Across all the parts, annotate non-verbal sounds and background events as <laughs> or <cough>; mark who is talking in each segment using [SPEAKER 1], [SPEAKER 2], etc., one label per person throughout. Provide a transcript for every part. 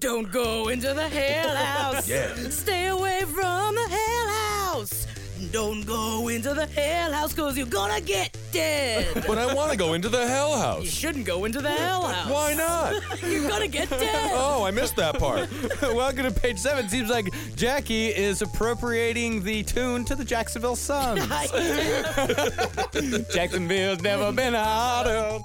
[SPEAKER 1] Don't go into the hell house.
[SPEAKER 2] <laughs> Yeah.
[SPEAKER 1] Stay away from the hell house. Don't go into the hell house because you're gonna get dead.
[SPEAKER 2] But I want to go into the hell
[SPEAKER 1] you
[SPEAKER 2] house.
[SPEAKER 1] shouldn't go into the hell house.
[SPEAKER 2] Why not?
[SPEAKER 1] You're gonna get dead.
[SPEAKER 2] Oh, I missed
[SPEAKER 3] <laughs>
[SPEAKER 2] that part. Welcome to page seven. Seems like Jackie is appropriating the tune to the Jacksonville Suns. Jacksonville's never been hotter.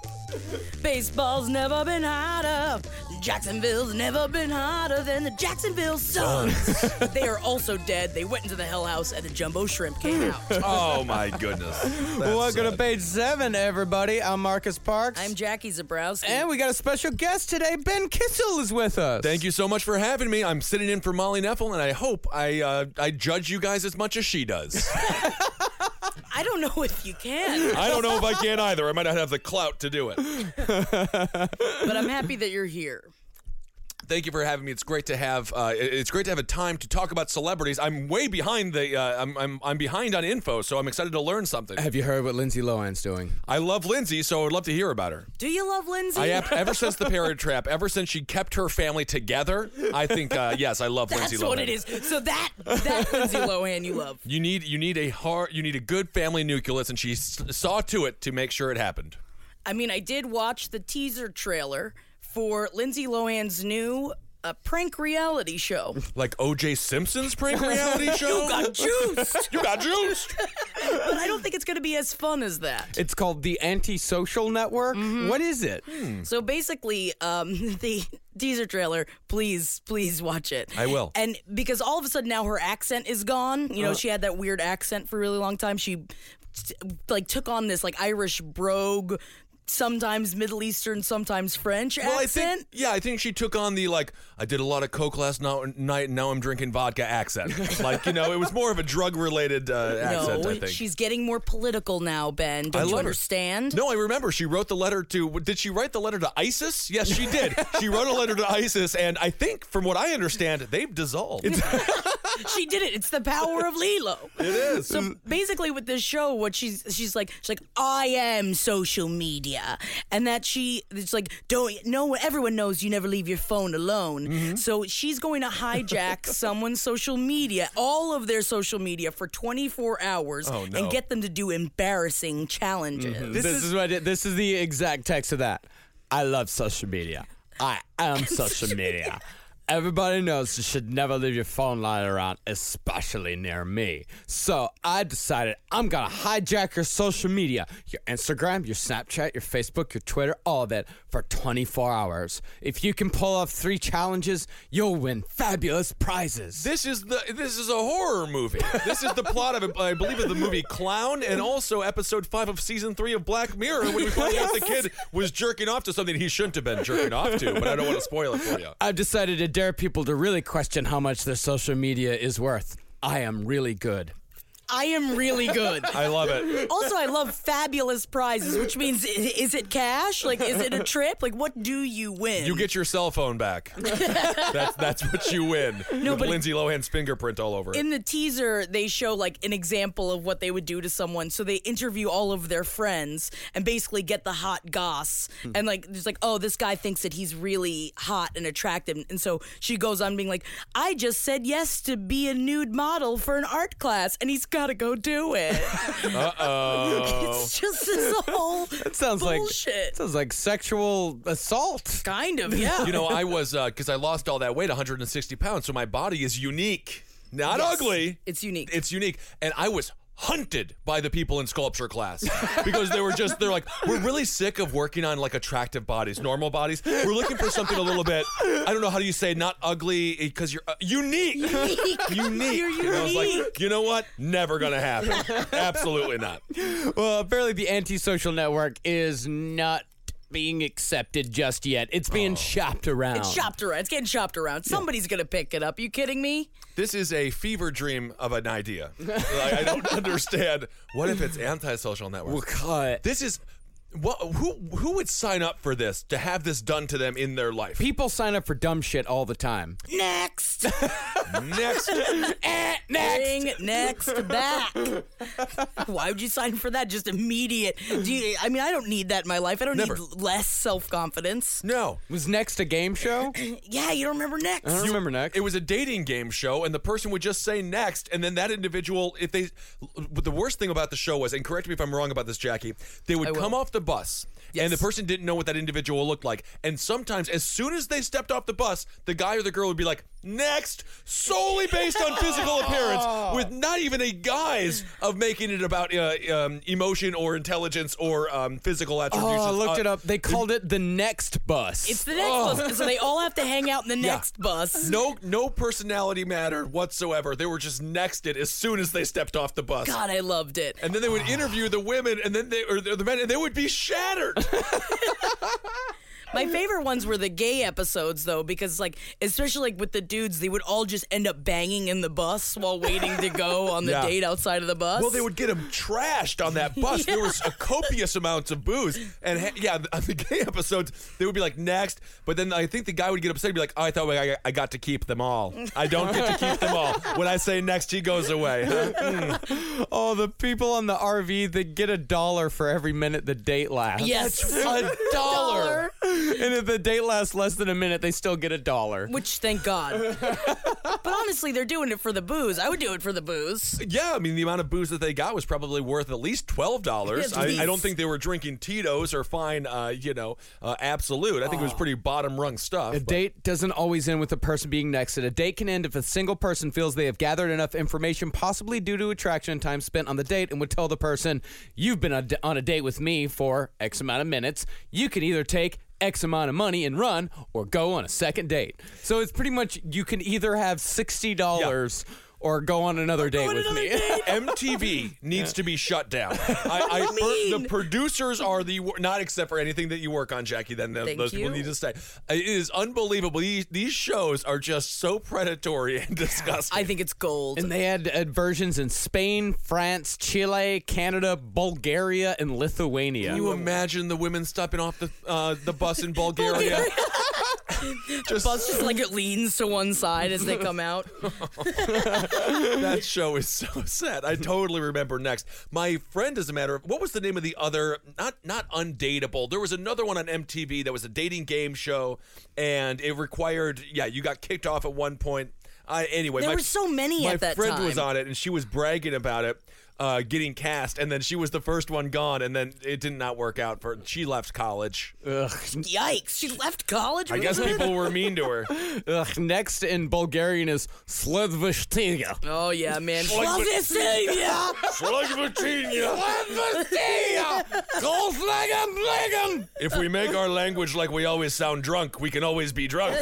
[SPEAKER 1] Baseball's never been hotter. Jacksonville's never been hotter than the Jacksonville Suns. they are also dead. They went into the hell house and the jumbo shrimp came
[SPEAKER 2] <laughs>
[SPEAKER 1] out.
[SPEAKER 3] Oh my goodness. That's
[SPEAKER 2] Welcome to
[SPEAKER 3] sad.
[SPEAKER 2] page seven, everybody. I'm Marcus Parks.
[SPEAKER 1] I'm Jackie Zabrowski.
[SPEAKER 2] and we got a special guest today. Ben Kissel is with us.
[SPEAKER 3] <laughs> Thank you so much for having me. I'm sitting in for Molly Neffel, and I hope I uh, I judge you guys as much as she does.
[SPEAKER 1] I don't know if you can,
[SPEAKER 3] I don't know if I can either. I might not have the clout to do it.
[SPEAKER 1] but I'm happy that you're here.
[SPEAKER 3] Thank you for having me. It's great to have. Uh, it- it's great to have a time to talk about celebrities. I'm way behind the. Uh, I'm, I'm I'm behind on info, so I'm excited to learn something.
[SPEAKER 2] Have you heard what Lindsay Lohan's doing?
[SPEAKER 3] I love Lindsay, so I'd love to hear about her.
[SPEAKER 1] Do you love Lindsay?
[SPEAKER 3] I have, ever since the parent trap, ever since she kept her family together, I think uh, yes, I love
[SPEAKER 1] That's
[SPEAKER 3] Lindsay.
[SPEAKER 1] what
[SPEAKER 3] Lohan.
[SPEAKER 1] it is. So that that Lindsay Lohan you love.
[SPEAKER 3] You need you need a hard you need a good family nucleus, and she s- saw to it to make sure it happened.
[SPEAKER 1] I mean, I did watch the teaser trailer for Lindsay Lohan's new uh, prank reality show.
[SPEAKER 3] Like O.J. Simpson's prank reality
[SPEAKER 1] <laughs>
[SPEAKER 3] show.
[SPEAKER 1] You
[SPEAKER 3] <laughs>
[SPEAKER 1] got juiced,
[SPEAKER 3] You got juiced.
[SPEAKER 1] but I don't think it's going to be as fun as that.
[SPEAKER 2] It's called The Antisocial Network. What is it?
[SPEAKER 3] Hmm.
[SPEAKER 1] So basically, um, <laughs> the teaser trailer. Please, please watch it.
[SPEAKER 3] I will. Uh-huh.
[SPEAKER 1] And because all of a sudden now her accent is gone. You know, she had that weird accent for a really long time. She t- like took on this like Irish brogue. Sometimes Middle Eastern, sometimes French
[SPEAKER 3] Well, I
[SPEAKER 1] accent.
[SPEAKER 3] think yeah, I think she took on the like I did a lot of coke last no- night, and now I'm drinking vodka accent. like you know, it was more of a drug related uh, accent.
[SPEAKER 1] No,
[SPEAKER 3] I think
[SPEAKER 1] she's getting more political now, Ben. Don't
[SPEAKER 3] I
[SPEAKER 1] you
[SPEAKER 3] love her.
[SPEAKER 1] understand?
[SPEAKER 3] No, I remember she wrote the letter to. Did she write the letter to ISIS? Yes, she did. she wrote a letter to ISIS, and I think, from what I understand, they've dissolved. <laughs>
[SPEAKER 1] she did it. It's the power of Lilo. it is. So basically, with this show, what she's she's like she's like I am social media, and that she it's like don't no everyone knows you never leave your phone alone.
[SPEAKER 3] Mm-hmm.
[SPEAKER 1] So she's going to
[SPEAKER 3] <laughs>
[SPEAKER 1] hijack someone's social media, all of their social media for 24 hours,
[SPEAKER 3] Oh, no. Mm-hmm.
[SPEAKER 1] and get them to do embarrassing challenges.
[SPEAKER 2] This, is, what it, this is the exact text of that. I love social media. I am social <laughs> media. Everybody knows you should never leave your phone lying around, especially near me. So I decided I'm gonna hijack your social media, your Instagram, your Snapchat, your Facebook, your Twitter, all of it for 24 hours. If you can pull off three challenges, you'll win fabulous prizes.
[SPEAKER 3] This is the this is a horror movie. This is the plot of I believe of the movie Clown and also episode five of season three of Black Mirror when we find out the kid was jerking off to something he shouldn't have been jerking off to. But I don't want to spoil it for you.
[SPEAKER 2] I've decided to dare people to really question how much their social media is worth. I am really good.
[SPEAKER 1] I am really good.
[SPEAKER 3] I love it.
[SPEAKER 1] Also, I love fabulous prizes, which means i- is it cash? Like, is it a trip? Like, what do you win?
[SPEAKER 3] You get your cell phone back. That's that's what you win. with
[SPEAKER 1] but-
[SPEAKER 3] Lindsay Lohan's fingerprint all over it.
[SPEAKER 1] in the teaser. They show like an example of what they would do to someone. So they interview all of their friends and basically get the hot goss.
[SPEAKER 3] Hmm.
[SPEAKER 1] And like, there's like, oh, this guy thinks that he's really hot and attractive. And so she goes on being like, I just said yes to be a nude model for an art class, and he's gotta go do it.
[SPEAKER 3] Uh oh.
[SPEAKER 1] <laughs> It's just this whole
[SPEAKER 2] That sounds like
[SPEAKER 1] bullshit.
[SPEAKER 2] sounds like sexual assault.
[SPEAKER 1] kind of, yeah.
[SPEAKER 3] You know, I was because I lost all that weight, 160 pounds, so my body is unique, not ugly.
[SPEAKER 1] it's unique.
[SPEAKER 3] It's unique, and I was hunted by the people in sculpture class <laughs> because they were just they're like we're really sick of working on like attractive bodies normal bodies we're looking for something a little bit i don't know how do you say not ugly because you're uh, unique unique <laughs> unique
[SPEAKER 1] You're
[SPEAKER 3] And I was
[SPEAKER 1] unique.
[SPEAKER 3] like you know what never gonna happen absolutely not
[SPEAKER 2] Well, apparently the antisocial network is not being accepted just yet. It's being shopped around.
[SPEAKER 1] It's shopped around. It's getting shopped around. Somebody's gonna pick it up. You kidding me?
[SPEAKER 3] This is a fever dream of an idea. Like, I
[SPEAKER 2] <laughs>
[SPEAKER 3] don't understand. What if it's antisocial network?
[SPEAKER 2] Well, cut.
[SPEAKER 3] This is what who who would sign up for this to have this done to them in their life?
[SPEAKER 2] People sign up for dumb shit all the time.
[SPEAKER 1] Next,
[SPEAKER 2] <laughs>
[SPEAKER 3] Next,
[SPEAKER 2] Eh, next.
[SPEAKER 1] <laughs> Bring next back. Why would you sign for that? Just immediate. Do you, I mean, I don't need that in my life. I don't
[SPEAKER 3] Never.
[SPEAKER 1] need less self confidence.
[SPEAKER 3] no.
[SPEAKER 2] Was next a game show? I
[SPEAKER 1] Yeah, <coughs> you don't remember next.
[SPEAKER 2] don't remember next.
[SPEAKER 3] It was a dating game show, and the person would just say next, and then that individual, if they, but the worst thing about the show was, and correct me if I'm wrong about this, Jackie, they would come off the bus, and the person didn't know what that individual looked like, and sometimes as soon as they stepped off the bus, the guy or the girl would be like next, solely based on physical appearance,
[SPEAKER 2] <laughs>
[SPEAKER 3] with not even a guise of making it about uh, um, emotion or intelligence or um, physical attributes.
[SPEAKER 2] oh, I looked
[SPEAKER 3] Uh,
[SPEAKER 2] it up. They called it the next bus.
[SPEAKER 1] It's the next bus, so they all have to hang out in the next bus.
[SPEAKER 3] No, no personality mattered whatsoever. They were just nexted as soon as they stepped off the bus.
[SPEAKER 1] God, I loved it.
[SPEAKER 3] And then they would interview the women, and then they or the the men, and they would be shattered.
[SPEAKER 1] My favorite ones were the gay episodes, though, because like, especially like with the dudes, they would all just end up banging in the bus while waiting to go on the
[SPEAKER 3] Yeah.
[SPEAKER 1] date outside of the bus.
[SPEAKER 3] <laughs> well, they would get them trashed on that bus. There <laughs> was a copious amounts of booze, and ha- yeah, on the gay episodes, they would be like next, but then I think the guy would get upset and be like, "Oh, I thought I, I got to keep them all. I don't get to keep them all. When I say next, he goes away." <laughs> Hmm.
[SPEAKER 2] oh, the people on the RV that get a dollar for every minute the date lasts.
[SPEAKER 1] Yes.
[SPEAKER 2] a
[SPEAKER 1] <laughs>
[SPEAKER 2] dollar. and if the date lasts less than a minute, they still get a dollar.
[SPEAKER 1] Which, thank God. but honestly, they're doing it for the booze. I would do it for the booze.
[SPEAKER 3] Yeah, I mean, the amount of booze that they got was probably worth at least twelve dollars.
[SPEAKER 1] At
[SPEAKER 3] I, I don't
[SPEAKER 1] least.
[SPEAKER 3] think they were drinking Tito's or fine, uh, you know, uh, Absolute. I think it was pretty bottom rung stuff.
[SPEAKER 2] A
[SPEAKER 3] but-
[SPEAKER 2] date doesn't always end with a person being nexted. A date can end if a single person feels they have gathered enough information, possibly due to attraction and time spent on the date, and would tell the person, You've been on on a date with me for X amount of minutes. You can either take X amount of money and run or go on a second date. So it's pretty much you can either have $60 or go on another date with me.
[SPEAKER 1] <laughs>
[SPEAKER 3] MTV needs to be shut down. I, I, per- the producers are the wor- not except for anything that you work on, Jackie. Then th-
[SPEAKER 1] Thank
[SPEAKER 3] those people
[SPEAKER 1] you.
[SPEAKER 3] need to stay. It is unbelievable. These, these shows are just so predatory and <laughs> disgusting.
[SPEAKER 1] I think it's gold.
[SPEAKER 2] <laughs> And they had uh, versions in Spain, France, Chile, Canada, Bulgaria, and Lithuania.
[SPEAKER 3] Can you imagine the women stepping off the uh, the bus
[SPEAKER 1] <laughs>
[SPEAKER 3] in Bulgaria? just
[SPEAKER 1] bus just like it leans to one side as they come out. <laughs>
[SPEAKER 3] that show is so <laughs> sad. I totally remember next. My friend, as a matter of what was the name of the other not not undateable. There was another one on MTV that was a dating game show, and it required yeah, you got kicked off at one point. I anyway,
[SPEAKER 1] There
[SPEAKER 3] my,
[SPEAKER 1] were so many
[SPEAKER 3] my
[SPEAKER 1] at that
[SPEAKER 3] friend was
[SPEAKER 1] time.
[SPEAKER 3] on it, and she was bragging about it. Uh, getting cast, and then she was the first one gone, and then it did not work out for. She left college.
[SPEAKER 1] Yikes! She left college.
[SPEAKER 3] I guess people were mean to <laughs> her.
[SPEAKER 2] Ugh, next in Bulgarian is Sledvishtiga.
[SPEAKER 1] Oh yeah, man.
[SPEAKER 3] Well,
[SPEAKER 1] Love
[SPEAKER 3] but-
[SPEAKER 1] this name, yeah.
[SPEAKER 3] If we make our language like we always sound drunk, we can always be drunk.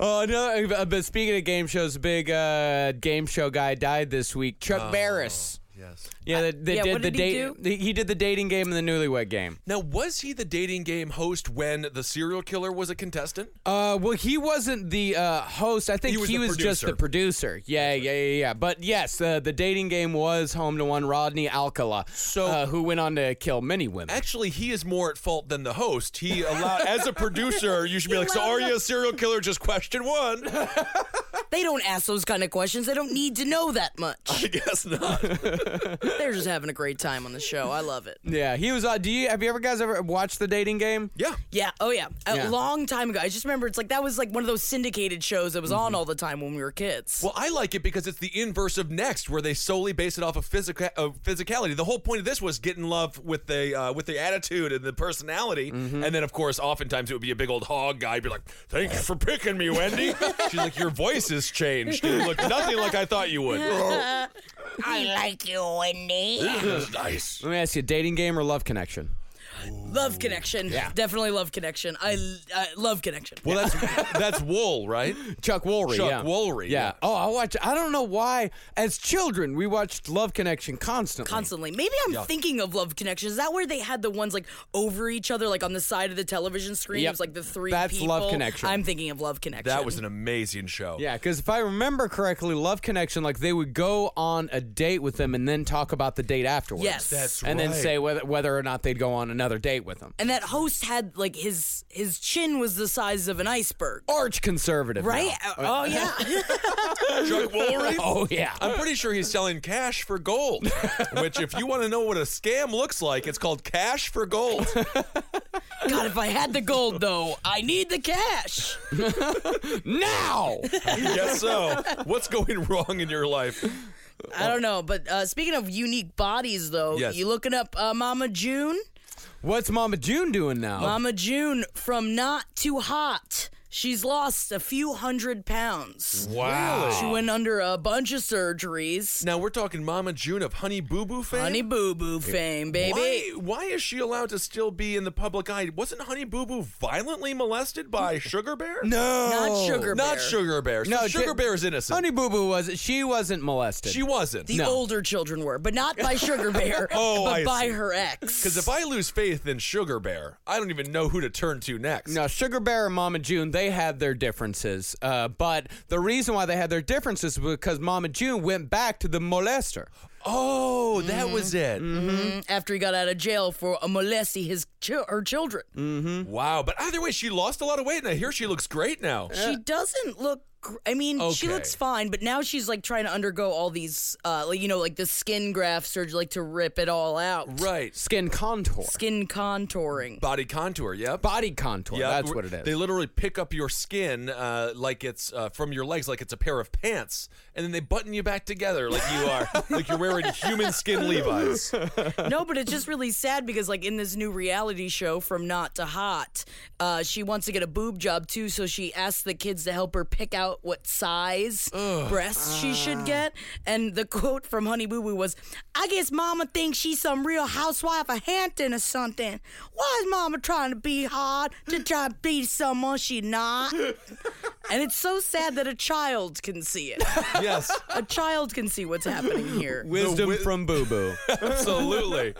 [SPEAKER 2] Oh, another. uh, But speaking of game shows, a big uh, game show guy died this week. Chuck Barris.
[SPEAKER 3] yes.
[SPEAKER 2] Yeah, they, they
[SPEAKER 1] Uh, yeah,
[SPEAKER 2] did
[SPEAKER 1] what
[SPEAKER 2] the
[SPEAKER 1] did he
[SPEAKER 2] date. He, did the dating game and the newlywed game.
[SPEAKER 3] <laughs> Now, was he the dating game host when the serial killer was a contestant?
[SPEAKER 2] Uh, well, he wasn't the uh, host. I think
[SPEAKER 3] He
[SPEAKER 2] he
[SPEAKER 3] was
[SPEAKER 2] was,
[SPEAKER 3] the
[SPEAKER 2] just the producer. Yeah, yeah, yeah, yeah. But yes, uh, the dating game was home to one Rodney Alcala, so uh, who went on to kill many women.
[SPEAKER 3] Actually, he is more at fault than the host. <laughs> He allowed, as a producer, you should be like, "So are you a serial killer?" Just question one.
[SPEAKER 1] They don't ask those kind of questions. They don't need to know that much.
[SPEAKER 3] I guess not.
[SPEAKER 1] They're just having a great time on the show. I love it.
[SPEAKER 2] Yeah, he was. Uh, do you have you ever guys ever watched the dating game?
[SPEAKER 3] Yeah.
[SPEAKER 1] Yeah. Oh, yeah. A
[SPEAKER 2] Yeah.
[SPEAKER 1] long time ago. I just remember it's like that was like one of those syndicated shows that was on all the time when we were kids.
[SPEAKER 3] Mm-hmm. Well, I like it because it's the inverse of Next, where they solely base it off of, physica- of physicality. The whole point of this was get in love with the uh, with the attitude and the personality,
[SPEAKER 2] Mm-hmm.
[SPEAKER 3] and then of course, oftentimes it would be a big old hog guy, He'd be like, "Thank you for picking me,
[SPEAKER 2] <laughs>
[SPEAKER 3] Wendy." She's like, "Your voice has changed. You look nothing like I thought you
[SPEAKER 2] <laughs>
[SPEAKER 3] would."
[SPEAKER 2] Oh.
[SPEAKER 3] I like you, Wendy. This is nice.
[SPEAKER 2] Let me ask you: dating game or love connection?
[SPEAKER 1] love connection. Yeah. Definitely love connection. I, I love connection.
[SPEAKER 3] Well, that's that's wool, right?
[SPEAKER 2] Chuck Woolery.
[SPEAKER 3] Chuck
[SPEAKER 2] yeah.
[SPEAKER 3] Woolery,
[SPEAKER 2] Yeah.
[SPEAKER 3] yeah.
[SPEAKER 2] Oh, I watch. I don't know why. As children, we watched Love Connection constantly.
[SPEAKER 1] Constantly. Maybe I'm thinking of Love Connection. Is that where they had the ones like over each other, like on the side of the television screen?
[SPEAKER 2] Yep.
[SPEAKER 1] It was like the three.
[SPEAKER 2] That's Love
[SPEAKER 1] people?
[SPEAKER 2] Connection.
[SPEAKER 1] I'm thinking of Love Connection.
[SPEAKER 3] That was an amazing show.
[SPEAKER 2] Yeah, because if I remember correctly, Love Connection, like they would go on a date with them and then talk about the date afterwards.
[SPEAKER 1] Yes.
[SPEAKER 3] That's
[SPEAKER 2] and then
[SPEAKER 3] right.
[SPEAKER 2] say whether whether or not they'd go on another date with them.
[SPEAKER 1] And that host had like his his chin was the size of an
[SPEAKER 3] <laughs>
[SPEAKER 1] iceberg.
[SPEAKER 2] Arch conservative, now.
[SPEAKER 1] Right? Oh yeah.
[SPEAKER 3] <laughs> Chuck Woolery.
[SPEAKER 2] <laughs> Oh yeah.
[SPEAKER 3] I'm pretty sure he's selling cash for
[SPEAKER 2] <laughs>
[SPEAKER 3] gold, which, if you want to know what a scam looks like, it's called cash for gold.
[SPEAKER 1] God, if I had the gold though, I need the cash. <laughs>
[SPEAKER 2] now.
[SPEAKER 3] Guess so. What's going wrong in your life?
[SPEAKER 1] I don't know, but uh, speaking of unique bodies though,
[SPEAKER 3] Yes.
[SPEAKER 1] you looking up uh, Mama June?
[SPEAKER 2] What's Mama June doing now?
[SPEAKER 1] Mama June from Not Too Hot. She's lost a few hundred pounds.
[SPEAKER 3] Wow.
[SPEAKER 1] She went under a bunch of surgeries.
[SPEAKER 3] Now we're talking Mama June of Honey Boo Boo fame.
[SPEAKER 1] Honey Boo Boo fame, baby.
[SPEAKER 3] Why, why is she allowed to still be in the public eye? Wasn't Honey Boo Boo violently molested by Sugar Bear?
[SPEAKER 2] no.
[SPEAKER 1] Not Mm. Sugar Bear.
[SPEAKER 3] Not Sugar Bear. So
[SPEAKER 2] No,
[SPEAKER 3] Sugar
[SPEAKER 2] di-
[SPEAKER 3] Bear is innocent.
[SPEAKER 2] Honey Boo Boo was she wasn't molested.
[SPEAKER 3] she wasn't.
[SPEAKER 1] The older children were, but not by Sugar Bear,
[SPEAKER 3] <laughs> Oh,
[SPEAKER 1] but
[SPEAKER 3] I
[SPEAKER 1] by
[SPEAKER 3] see.
[SPEAKER 1] her ex.
[SPEAKER 3] Because if I lose faith in Sugar Bear, I don't even know who to turn to next.
[SPEAKER 2] Now, Sugar Bear and Mama June, they had their differences. Uh, but the reason why they had their differences was because Mama June went back to the molester.
[SPEAKER 3] Oh, that was it.
[SPEAKER 1] Mm-hmm. Mm, after he got out of jail for a molesting his chil- her children.
[SPEAKER 3] Mm.
[SPEAKER 1] Mm-hmm.
[SPEAKER 3] Wow. But either way, she lost a lot of weight, and I hear she looks great now.
[SPEAKER 1] She doesn't look. gr- I mean, she
[SPEAKER 3] Okay.
[SPEAKER 1] looks fine, but now she's like trying to undergo all these, uh, like, you know, like the skin graft surgery, like to rip it all out,
[SPEAKER 3] Right.
[SPEAKER 2] Skin contour.
[SPEAKER 1] skin contouring.
[SPEAKER 3] Body contour, yep.
[SPEAKER 2] Body contour.
[SPEAKER 3] Yeah,
[SPEAKER 2] that's
[SPEAKER 3] w-
[SPEAKER 2] what it is.
[SPEAKER 3] They literally pick up your skin uh, like it's uh, from your legs, like it's a pair of pants, and then they button you back together like you
[SPEAKER 2] <laughs>
[SPEAKER 3] are, like you're wearing human skin Levi's.
[SPEAKER 1] no, but it's just really sad because, like, in this new reality show from Not to Hot, uh, she wants to get a boob job too, so she asks the kids to help her pick out what size breasts she should get. And the quote from Honey Boo Boo was, "I guess Mama thinks she's some real housewife of Hampton or something. Why is Mama trying to be hard to try to be someone she not?" and it's so sad that a child can see it.
[SPEAKER 3] Yes,
[SPEAKER 1] a child can see what's happening here.
[SPEAKER 2] Wisdom
[SPEAKER 3] wi-
[SPEAKER 2] from
[SPEAKER 3] <laughs>
[SPEAKER 2] Boo Boo.
[SPEAKER 3] absolutely.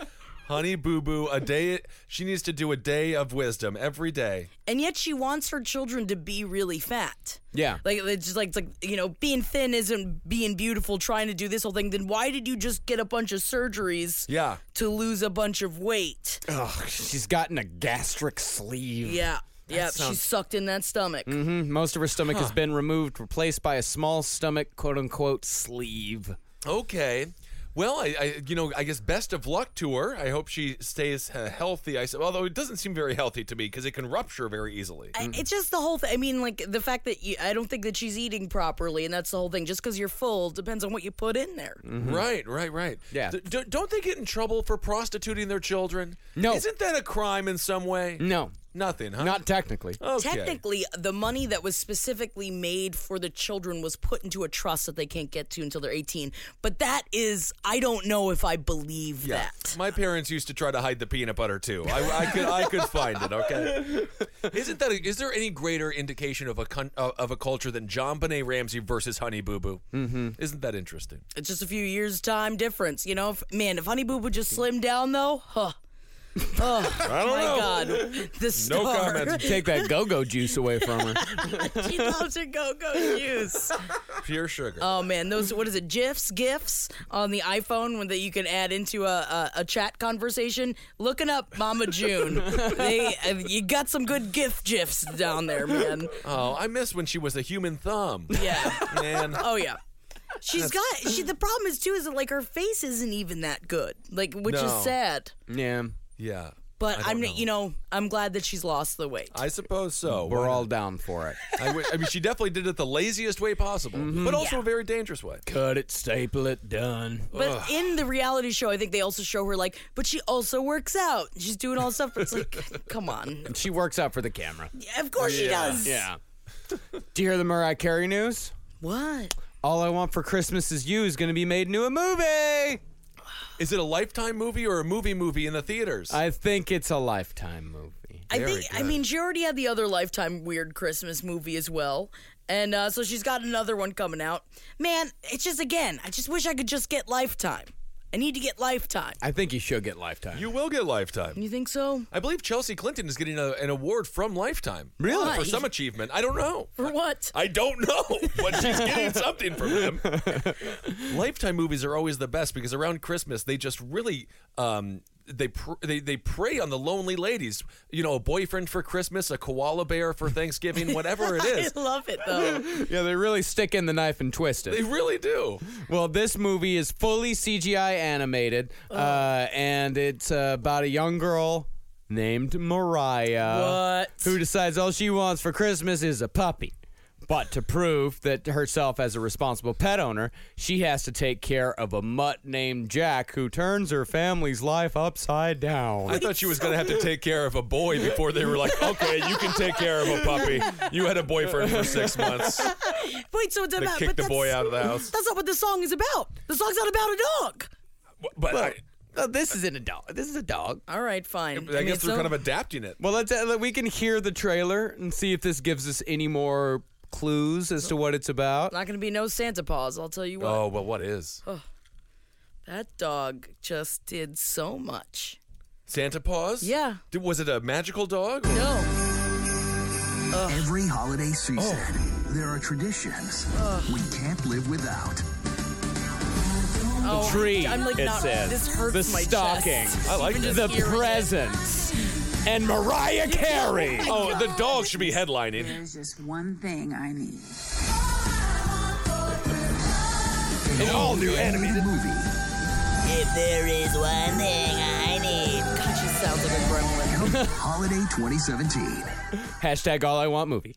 [SPEAKER 3] Honey Boo Boo, a day she needs to do a day of wisdom every day.
[SPEAKER 1] and yet she wants her children to be really fat.
[SPEAKER 2] Yeah.
[SPEAKER 1] Like it's just like it's like you know being thin isn't being beautiful. Trying to do this whole thing, then why did you just get a bunch of surgeries?
[SPEAKER 3] Yeah.
[SPEAKER 1] To lose a bunch of weight.
[SPEAKER 2] Ugh, she's gotten a gastric sleeve.
[SPEAKER 1] Yeah. Yeah. She sucked in that stomach.
[SPEAKER 2] Mhm, Most of her stomach has been removed, replaced by a small stomach, quote unquote, sleeve.
[SPEAKER 3] Okay. Well, I, I, you know, I guess best of luck to her. I hope she stays uh, healthy. I s- although it doesn't seem very healthy to me because it can rupture very easily.
[SPEAKER 1] I- It's just the whole thing. I mean, like the fact that you, I don't think that she's eating properly, and that's the whole thing. Just because you're full depends on what you put in there.
[SPEAKER 3] Right, right, right.
[SPEAKER 2] Mm-hmm. Yeah.
[SPEAKER 3] D- d- don't they get in trouble for prostituting their children?
[SPEAKER 2] No.
[SPEAKER 3] Isn't that a crime in some way?
[SPEAKER 2] No,
[SPEAKER 3] Nothing, huh?
[SPEAKER 2] not technically.
[SPEAKER 3] okay.
[SPEAKER 1] Technically, the money that was specifically made for the children was put into a trust that they can't get to until they're 18. But that is, I don't know if I believe that.
[SPEAKER 3] My parents used to try to hide the peanut butter too. I, I could, I could find it.
[SPEAKER 2] <laughs>
[SPEAKER 3] Okay. Isn't that? A, is there any greater indication of a con, uh, of a culture than John Benet Ramsey versus Honey Boo Boo? Mm-hmm. Isn't that
[SPEAKER 2] <laughs>
[SPEAKER 3] interesting?
[SPEAKER 1] It's just a few years' time difference. You know, if, man, if Honey Boo would just slim down, though, huh. <laughs> Oh
[SPEAKER 3] I don't
[SPEAKER 1] My
[SPEAKER 3] know.
[SPEAKER 1] God, the
[SPEAKER 3] No
[SPEAKER 1] star.
[SPEAKER 3] comment.
[SPEAKER 2] <laughs> Take that go-go juice away
[SPEAKER 3] <laughs>
[SPEAKER 2] from her.
[SPEAKER 1] <laughs> she loves her go-go juice.
[SPEAKER 3] Pure sugar.
[SPEAKER 2] Um,
[SPEAKER 1] Oh man, those what is it? GIFs, GIFs on the iPhone when that you can add into a, a, a chat conversation. Looking up Mama June. they uh, you got some good GIF GIFs down there, man.
[SPEAKER 3] oh, I miss when she was a human
[SPEAKER 2] <laughs>
[SPEAKER 3] thumb.
[SPEAKER 1] Yeah.
[SPEAKER 3] Man.
[SPEAKER 1] Oh yeah. She's got she the problem is too is that like her face isn't even that good. Like which
[SPEAKER 3] No.
[SPEAKER 1] is sad.
[SPEAKER 2] Yeah,
[SPEAKER 3] Yeah.
[SPEAKER 1] But
[SPEAKER 3] I
[SPEAKER 1] I'm
[SPEAKER 3] don't
[SPEAKER 1] you know, I'm glad that she's lost the weight.
[SPEAKER 3] I suppose so.
[SPEAKER 2] <laughs>
[SPEAKER 3] Why
[SPEAKER 2] we're
[SPEAKER 3] not?
[SPEAKER 2] all down for it.
[SPEAKER 3] I, w- I mean, she definitely did it the laziest way possible,
[SPEAKER 2] Mm-hmm.
[SPEAKER 3] but also a very dangerous way.
[SPEAKER 2] Cut it, staple it, done.
[SPEAKER 1] But in the reality show, I think they also show her like, but she also works out. She's doing all this stuff, but it's like, <laughs> come on.
[SPEAKER 2] She works out for the camera.
[SPEAKER 1] Yeah, of course she does.
[SPEAKER 2] Yeah. Do you hear the Mariah Carey news?
[SPEAKER 1] What?
[SPEAKER 2] All I Want for Christmas Is You is going to be made into a movie.
[SPEAKER 3] Is it a lifetime movie or a movie movie in the theaters?
[SPEAKER 2] I think it's a lifetime movie.
[SPEAKER 1] I think I mean she already had the other Lifetime weird Christmas movie as well, and uh, so she's got another one coming out. Man, it's just again, I just wish I could just get Lifetime. I need to get Lifetime.
[SPEAKER 2] I think you should get lifetime.
[SPEAKER 3] you will get lifetime.
[SPEAKER 1] You think so?
[SPEAKER 3] I believe Chelsea Clinton is getting a, an award from Lifetime.
[SPEAKER 2] Really?
[SPEAKER 3] For some achievement. I don't know.
[SPEAKER 1] For what?
[SPEAKER 3] I don't know, <laughs> but she's getting something from
[SPEAKER 2] <laughs>
[SPEAKER 3] him. Lifetime movies are always the best because around Christmas they just really um, they pr- they they prey on the lonely ladies. You know, a boyfriend for Christmas, a koala bear for Thanksgiving, whatever
[SPEAKER 2] <laughs>
[SPEAKER 1] <laughs>
[SPEAKER 3] it
[SPEAKER 1] I
[SPEAKER 3] is.
[SPEAKER 1] love it though.
[SPEAKER 2] yeah, they really stick in the knife and twist it.
[SPEAKER 3] They really do.
[SPEAKER 2] Well, this movie is fully CGI animated, uh, and it's uh, about a young girl named
[SPEAKER 3] Uh,
[SPEAKER 2] Mariah
[SPEAKER 1] What?
[SPEAKER 2] who decides all she wants for Christmas is a puppy. But to prove that herself as a responsible pet owner, she has to take care of a mutt named Jack who turns her family's life upside down.
[SPEAKER 3] I thought she was going to have to take care of a boy before they were like, okay, you can take care of a puppy. You had a boyfriend for six <laughs> months.
[SPEAKER 1] Wait, so it's
[SPEAKER 3] They
[SPEAKER 1] about
[SPEAKER 3] kicked
[SPEAKER 1] but
[SPEAKER 3] the boy
[SPEAKER 1] that's-
[SPEAKER 3] out of the house.
[SPEAKER 1] That's not what the song is about. The song's not about a dog.
[SPEAKER 3] But I,
[SPEAKER 2] Oh, this isn't a dog. This is a dog.
[SPEAKER 1] All right, fine.
[SPEAKER 3] I guess they're kind of adapting it.
[SPEAKER 2] Well, let's uh, we can hear the trailer and see if this gives us any more clues as to what it's about.
[SPEAKER 1] not going to be no Santa Paws. I'll tell you what.
[SPEAKER 3] Oh, but what is?
[SPEAKER 1] That dog just did so much.
[SPEAKER 3] Santa Paws?
[SPEAKER 1] Yeah.
[SPEAKER 3] Did, was it a magical dog? or-
[SPEAKER 1] No.
[SPEAKER 4] Every holiday season, there are traditions we can't live without.
[SPEAKER 1] Oh, I-
[SPEAKER 2] tree.
[SPEAKER 1] I'm like
[SPEAKER 2] it
[SPEAKER 1] not.
[SPEAKER 2] says.
[SPEAKER 1] This hurts
[SPEAKER 2] the
[SPEAKER 1] my
[SPEAKER 2] stocking.
[SPEAKER 1] chest.
[SPEAKER 3] I like
[SPEAKER 1] Even
[SPEAKER 3] that.
[SPEAKER 1] just
[SPEAKER 2] The
[SPEAKER 1] hearing it.
[SPEAKER 2] presents.
[SPEAKER 1] <laughs>
[SPEAKER 2] And Mariah Carey.
[SPEAKER 3] Oh, the dog should be headlining.
[SPEAKER 5] There's just one thing I need.
[SPEAKER 3] An all new
[SPEAKER 4] Animated movie.
[SPEAKER 6] If there is one thing I need.
[SPEAKER 1] God, she sounds like a gremlin.
[SPEAKER 4] Holiday 2017.
[SPEAKER 2] Hashtag all I want movie.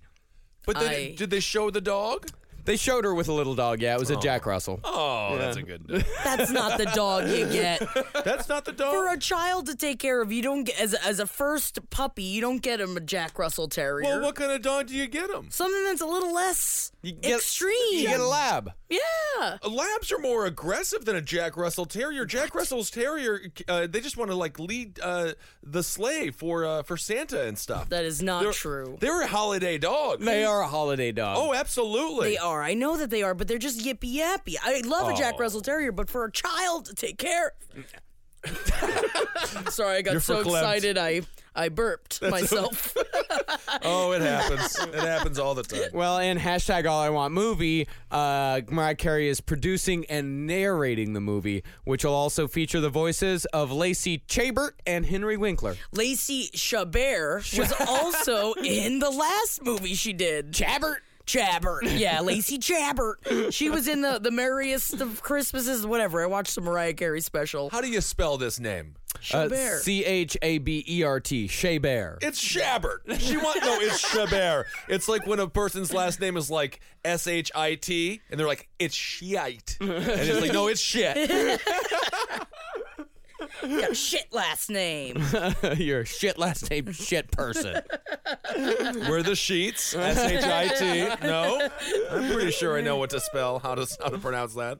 [SPEAKER 3] But they,
[SPEAKER 1] I-
[SPEAKER 3] did they show the dog?
[SPEAKER 2] They showed her with a little dog. Yeah, it was a Jack Russell.
[SPEAKER 3] Oh, that's a good.
[SPEAKER 1] That's not the dog you get.
[SPEAKER 3] that's not the dog.
[SPEAKER 1] For a child to take care of, you don't get as as a first puppy, you don't get him a Jack Russell Terrier.
[SPEAKER 3] well, what kind of dog do you get them?
[SPEAKER 1] Something that's a little less
[SPEAKER 2] get-
[SPEAKER 1] extreme.
[SPEAKER 2] You get a lab.
[SPEAKER 1] yeah.
[SPEAKER 3] Uh, Labs are more aggressive than a Jack Russell Terrier. Jack Russell's Terrier, uh, they just want to like lead uh, the sleigh for uh, for Santa and stuff.
[SPEAKER 1] That is not
[SPEAKER 3] They're-
[SPEAKER 1] true.
[SPEAKER 3] They're a holiday dog.
[SPEAKER 1] Mm-hmm.
[SPEAKER 2] They are a holiday dog.
[SPEAKER 3] Oh, absolutely.
[SPEAKER 1] They are. I know that they are, but they're just yippy yappy. I love a Jack Russell Terrier, but for a child to take care. Sorry, I got so
[SPEAKER 3] verklempt.
[SPEAKER 1] excited I I burped myself.
[SPEAKER 3] Oh, it happens. it happens all the time.
[SPEAKER 2] Well, in hashtag All I Want Movie, uh, Mariah Carey is producing and narrating the movie, which will also feature the voices of Lacey Chabert and Henry Winkler.
[SPEAKER 1] Lacey Chabert was
[SPEAKER 3] <laughs>
[SPEAKER 1] also in the last movie she did. Chabert. Chabert.
[SPEAKER 3] <laughs>
[SPEAKER 1] Yeah, Lacey Chabert. She was in the the merriest of Christmases, whatever. I watched the Mariah Carey special.
[SPEAKER 3] How do you spell this name?
[SPEAKER 1] Chabert.
[SPEAKER 2] C H A B E R T, Chabert. <laughs>
[SPEAKER 3] It's Shabert. She want no. It's Shabert. It's like when a person's last name is like S H I T, and they're like it's Shiite, and it's like no, it's shit.
[SPEAKER 1] Got a shit last name.
[SPEAKER 2] You're a shit last name,
[SPEAKER 1] <laughs>
[SPEAKER 2] shit person.
[SPEAKER 3] We're the sheets. S H I T. No, I'm pretty sure I know what to spell. How to how to pronounce that?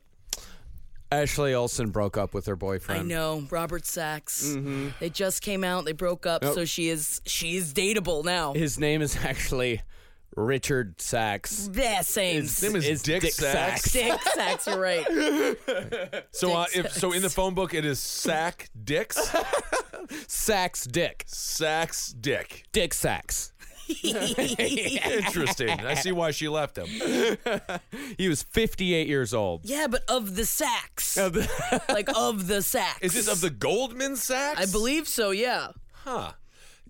[SPEAKER 2] Ashley Olsen broke up with
[SPEAKER 3] <laughs>
[SPEAKER 2] her boyfriend.
[SPEAKER 1] I know Robert Sachs.
[SPEAKER 3] Mm-hmm.
[SPEAKER 1] They
[SPEAKER 3] Oh.
[SPEAKER 1] just came out. They broke up, so she is she is dateable now.
[SPEAKER 2] His name is actually Richard Sachs.
[SPEAKER 1] Yeah, same.
[SPEAKER 3] His name is
[SPEAKER 2] Is
[SPEAKER 3] Dick,
[SPEAKER 2] Dick
[SPEAKER 3] Sacks.
[SPEAKER 2] Sacks.
[SPEAKER 1] Dick Sacks, you're
[SPEAKER 3] <laughs>
[SPEAKER 1] right.
[SPEAKER 3] So, uh,
[SPEAKER 1] Dick
[SPEAKER 3] if so, in the phone book, it is Sack Dicks,
[SPEAKER 2] Sacks Dick.
[SPEAKER 3] Sacks Dick.
[SPEAKER 2] Dick Sacks.
[SPEAKER 3] Interesting. I see why she left him.
[SPEAKER 2] He was 58 years old.
[SPEAKER 1] Yeah, but of the Sacks. like of the Sacks.
[SPEAKER 3] Is this of the Goldman Sachs?
[SPEAKER 1] I believe so, yeah.
[SPEAKER 3] Huh.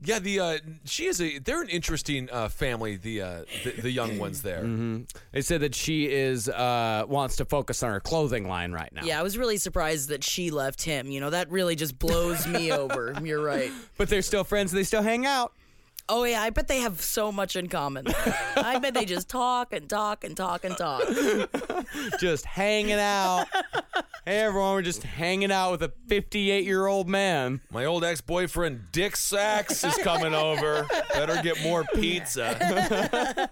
[SPEAKER 3] Yeah, the uh, she is a. They're an interesting uh, family. The, uh, the the young ones there.
[SPEAKER 2] They said that she is uh, wants to focus on her clothing line right now.
[SPEAKER 1] Yeah, I was really surprised that she left him. You know, that really just blows me over. You're right.
[SPEAKER 2] But they're still friends. They still hang out.
[SPEAKER 1] Oh yeah, I bet they have so much in common. I bet they just talk and talk and talk and talk.
[SPEAKER 2] Just hanging out. <laughs> hey, everyone, we're just hanging out with a 58 year old man.
[SPEAKER 3] My old ex boyfriend Dick Sachs is coming over. Better get more pizza.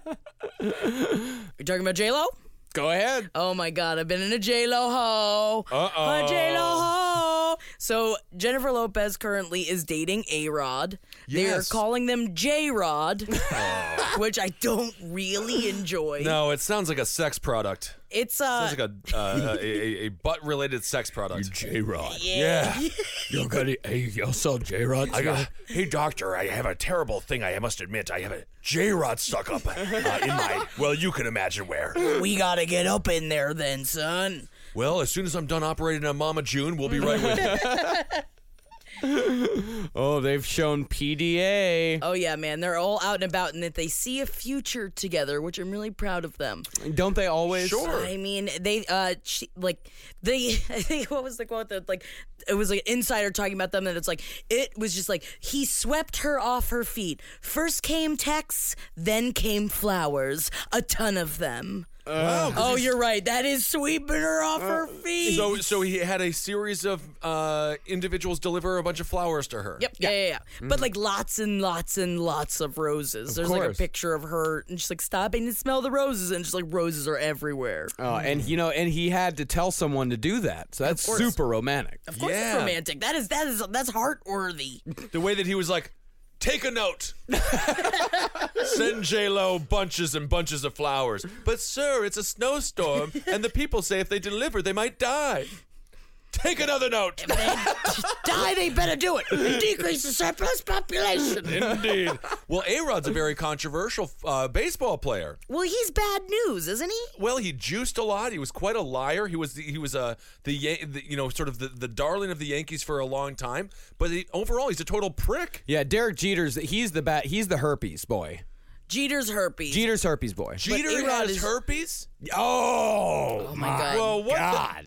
[SPEAKER 1] You're talking about J Lo?
[SPEAKER 2] Go ahead.
[SPEAKER 1] Oh my God, I've been in a J Lo ho.
[SPEAKER 3] Uh-oh.
[SPEAKER 1] A J Lo ho. So Jennifer Lopez currently is dating A Rod. They're
[SPEAKER 3] Yes.
[SPEAKER 1] calling them J
[SPEAKER 3] <laughs>
[SPEAKER 1] Rod, <laughs> which I don't really enjoy.
[SPEAKER 3] No, it sounds like a sex product.
[SPEAKER 1] It's uh,
[SPEAKER 3] Sounds like a uh, a, a, a butt related sex product.
[SPEAKER 2] J Rod.
[SPEAKER 3] Yeah.
[SPEAKER 2] You're gonna. Hey, you saw J Rod?
[SPEAKER 3] I got, hey doctor, I have a terrible thing. I must admit, I have a J rod stuck up uh, in my. Well, you can imagine where.
[SPEAKER 1] <laughs> we gotta get up in there then, son.
[SPEAKER 3] Well, as soon as I'm done operating on Mama June, we'll be right with you.
[SPEAKER 2] Oh, they've shown PDA.
[SPEAKER 1] Oh yeah, man, they're all out and about, and that they see a future together, which I'm really proud of them.
[SPEAKER 2] Don't they always?
[SPEAKER 1] I mean, they uh, she, like they. <laughs> I think what was the quote that like it was like insider talking about them, and it's like it was just like he swept her off her feet. First came texts, then came flowers, a ton of them. oh, you're right. That is sweeping her off her feet.
[SPEAKER 3] So, so he had a series of uh, individuals deliver a bunch of flowers to her.
[SPEAKER 1] Yep. Yeah, yeah, yeah.
[SPEAKER 3] Mm-hmm.
[SPEAKER 1] But like lots and lots and lots of roses. There's like a
[SPEAKER 2] course.
[SPEAKER 1] picture of her, and she's like stopping to smell the roses, and she's like roses are everywhere.
[SPEAKER 2] Oh, and you know, and he had to tell someone to do that. So that's super romantic.
[SPEAKER 1] Of course,
[SPEAKER 3] Yeah.
[SPEAKER 1] it's romantic. That is that is that's heartworthy.
[SPEAKER 3] The way that he was like, take
[SPEAKER 1] <laughs>
[SPEAKER 3] a note. Send J Lo bunches and bunches of flowers. But sir, it's a snowstorm, and the people say if they deliver, they might die. Take
[SPEAKER 1] <laughs>
[SPEAKER 3] another note.
[SPEAKER 1] die, they better do it. Decrease the surplus population.
[SPEAKER 3] Indeed. Well, A Rod's a very controversial uh, baseball player.
[SPEAKER 1] Well, he's bad news, isn't he?
[SPEAKER 3] Well, he juiced a lot. He was quite a liar. He was he was uh, the, Yan- the you know sort of the, the darling of the Yankees for a long time. But he, overall, he's a total prick.
[SPEAKER 2] Yeah, Derek Jeter's. He's the bat. He's the herpes boy.
[SPEAKER 1] Jeter's herpes.
[SPEAKER 2] Jeter's herpes boy.
[SPEAKER 3] Jeter
[SPEAKER 1] A-Rod
[SPEAKER 3] got his
[SPEAKER 1] is-
[SPEAKER 3] herpes.
[SPEAKER 2] Oh,
[SPEAKER 1] my God.
[SPEAKER 3] Well, what the-
[SPEAKER 2] God.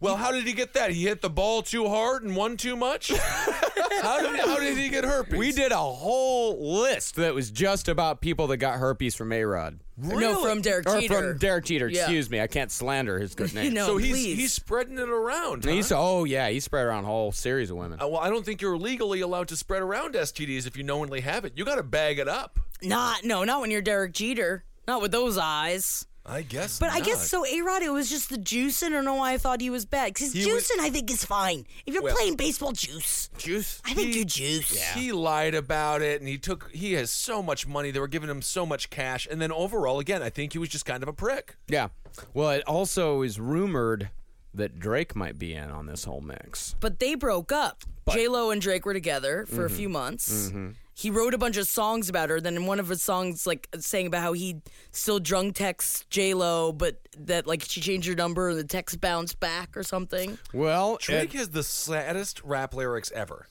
[SPEAKER 3] Well, how did he get that? He hit the ball too hard and won
[SPEAKER 1] <laughs>
[SPEAKER 3] too much. how did how did he get herpes?
[SPEAKER 2] We did a whole list that was just about people that got herpes from A Rod.
[SPEAKER 1] No, from Derek
[SPEAKER 2] Or
[SPEAKER 1] Jeter.
[SPEAKER 2] from Derek Jeter,
[SPEAKER 1] Yeah.
[SPEAKER 2] excuse me. I can't slander his
[SPEAKER 1] <laughs>
[SPEAKER 2] good name.
[SPEAKER 1] No,
[SPEAKER 3] So he's
[SPEAKER 1] please.
[SPEAKER 3] he's spreading it around. huh?
[SPEAKER 2] He's, oh, yeah, he spread around a whole series of women.
[SPEAKER 1] Oh,
[SPEAKER 3] Uh, well, I don't think you're legally allowed to spread around STDs if you knowingly have it. You got to bag it up.
[SPEAKER 1] not no, not when you're Derek Jeter. Not with those eyes.
[SPEAKER 3] I guess.
[SPEAKER 1] But I guess so. A Rod, it was just the juicing. I don't know why I thought he was bad. Because
[SPEAKER 3] He was-
[SPEAKER 1] juicing, I think, is fine. If you're playing baseball, juice.
[SPEAKER 3] Juice.
[SPEAKER 1] I think you juice.
[SPEAKER 3] He lied about it, and he took. He has so much money. They were giving him so much cash, and then overall, again, I think he was just kind of a prick.
[SPEAKER 2] Yeah. Well, it also is rumored that Drake might be in on this whole mix.
[SPEAKER 1] But they broke up. J Lo and Drake were together for a
[SPEAKER 3] Mm-hmm.
[SPEAKER 1] few months. He wrote a bunch of songs about her. Then in one of his songs, like saying about how he still drunk texts J Lo, but that like she changed her number and the text bounced back or something.
[SPEAKER 2] Well,
[SPEAKER 3] Drake
[SPEAKER 2] it-
[SPEAKER 3] has the saddest rap lyrics ever.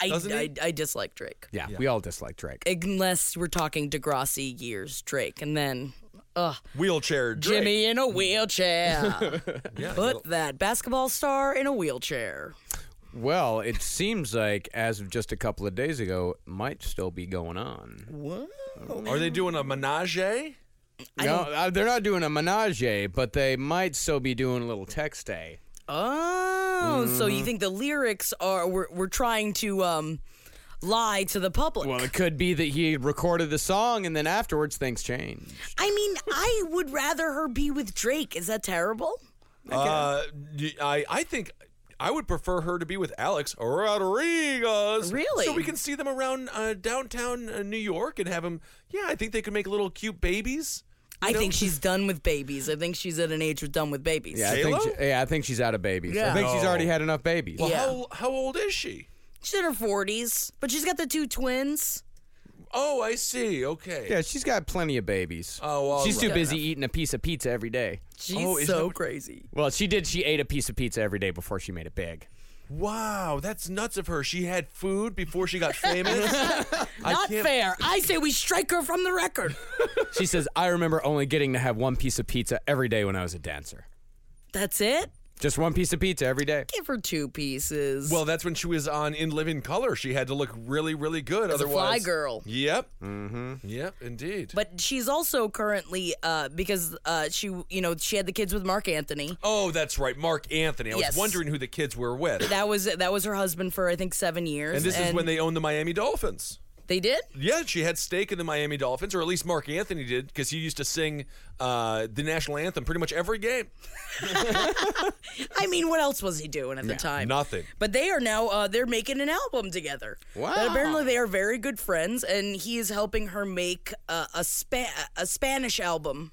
[SPEAKER 1] I
[SPEAKER 3] Doesn't
[SPEAKER 1] I,
[SPEAKER 3] he?
[SPEAKER 1] I dislike Drake
[SPEAKER 2] yeah, we all dislike Drake.
[SPEAKER 1] unless we're talking Degrassi years Drake, and then ugh,
[SPEAKER 3] Wheelchair Drake.
[SPEAKER 1] Jimmy in a wheelchair.
[SPEAKER 3] Yeah,
[SPEAKER 1] Put that basketball star in a wheelchair.
[SPEAKER 2] Well, it seems like as of just a couple of days ago, it might still be going on.
[SPEAKER 3] Are they doing a menage?
[SPEAKER 2] no, uh, they're not doing a menage, but they might still be doing a little text day.
[SPEAKER 1] Oh, so
[SPEAKER 3] Mm-hmm.
[SPEAKER 1] you think the lyrics are we're, we're trying to um lie to the public?
[SPEAKER 2] Well, it could be that he recorded the song and then afterwards things change.
[SPEAKER 1] I mean, I would rather her be with Drake. Is that terrible?
[SPEAKER 3] Uh, y- I I think I would prefer her to be with Alex Rodriguez.
[SPEAKER 1] Really?
[SPEAKER 3] So we can see them around uh, downtown uh, New York and have them. Yeah, I think they could make little cute babies.
[SPEAKER 1] I think she's done with babies. I think she's at an age where done with babies.
[SPEAKER 2] Yeah, I think
[SPEAKER 3] J-Lo?
[SPEAKER 2] she- yeah, I think she's out of babies. I
[SPEAKER 1] Yeah.
[SPEAKER 2] think she's already had enough babies.
[SPEAKER 3] Well,
[SPEAKER 1] Yeah.
[SPEAKER 3] how, how old is she?
[SPEAKER 1] She's in her forties, but she's got the two twins.
[SPEAKER 3] Oh, I see. Okay.
[SPEAKER 2] Yeah, she's got plenty of babies.
[SPEAKER 3] Oh, all
[SPEAKER 2] she's too
[SPEAKER 3] right.
[SPEAKER 2] busy eating a piece of pizza every day.
[SPEAKER 1] She's
[SPEAKER 3] Oh, is
[SPEAKER 1] so
[SPEAKER 3] that-
[SPEAKER 1] crazy.
[SPEAKER 2] Well, she did. She ate a piece of pizza every day before she made it big.
[SPEAKER 3] Wow, that's nuts of her. She had food before
[SPEAKER 1] <laughs>
[SPEAKER 3] she got famous.
[SPEAKER 1] Not fair. I say we strike her from the record. <laughs>
[SPEAKER 2] She says, "I remember only getting to have one piece of pizza every day when I was a dancer.
[SPEAKER 1] That's it.
[SPEAKER 2] Just one piece of pizza every day."
[SPEAKER 1] Give her two pieces.
[SPEAKER 3] Well, that's when she was on In Living Color. She had to look really, really good.
[SPEAKER 1] As a
[SPEAKER 3] otherwise,
[SPEAKER 1] fly girl.
[SPEAKER 3] Yep. Mm-hmm. Yep, indeed.
[SPEAKER 1] But she's also currently uh, because uh, she, you know, she had the kids with Mark Anthony.
[SPEAKER 3] oh, that's right, Mark Anthony. I
[SPEAKER 1] Yes.
[SPEAKER 3] was wondering who the kids were with.
[SPEAKER 1] That was that was her husband for I think seven years.
[SPEAKER 3] and this is when they owned the Miami Dolphins.
[SPEAKER 1] they did.
[SPEAKER 3] Yeah, she had stake in the Miami Dolphins, or at least Mark Anthony did, because he used to sing uh, the national anthem pretty much every game.
[SPEAKER 1] <laughs> I mean, what else was he doing at the time?
[SPEAKER 3] nothing.
[SPEAKER 1] But they are now uh, they're making an album together. Wow! apparently they are very good friends, and he is helping her make uh, a spa- a Spanish album.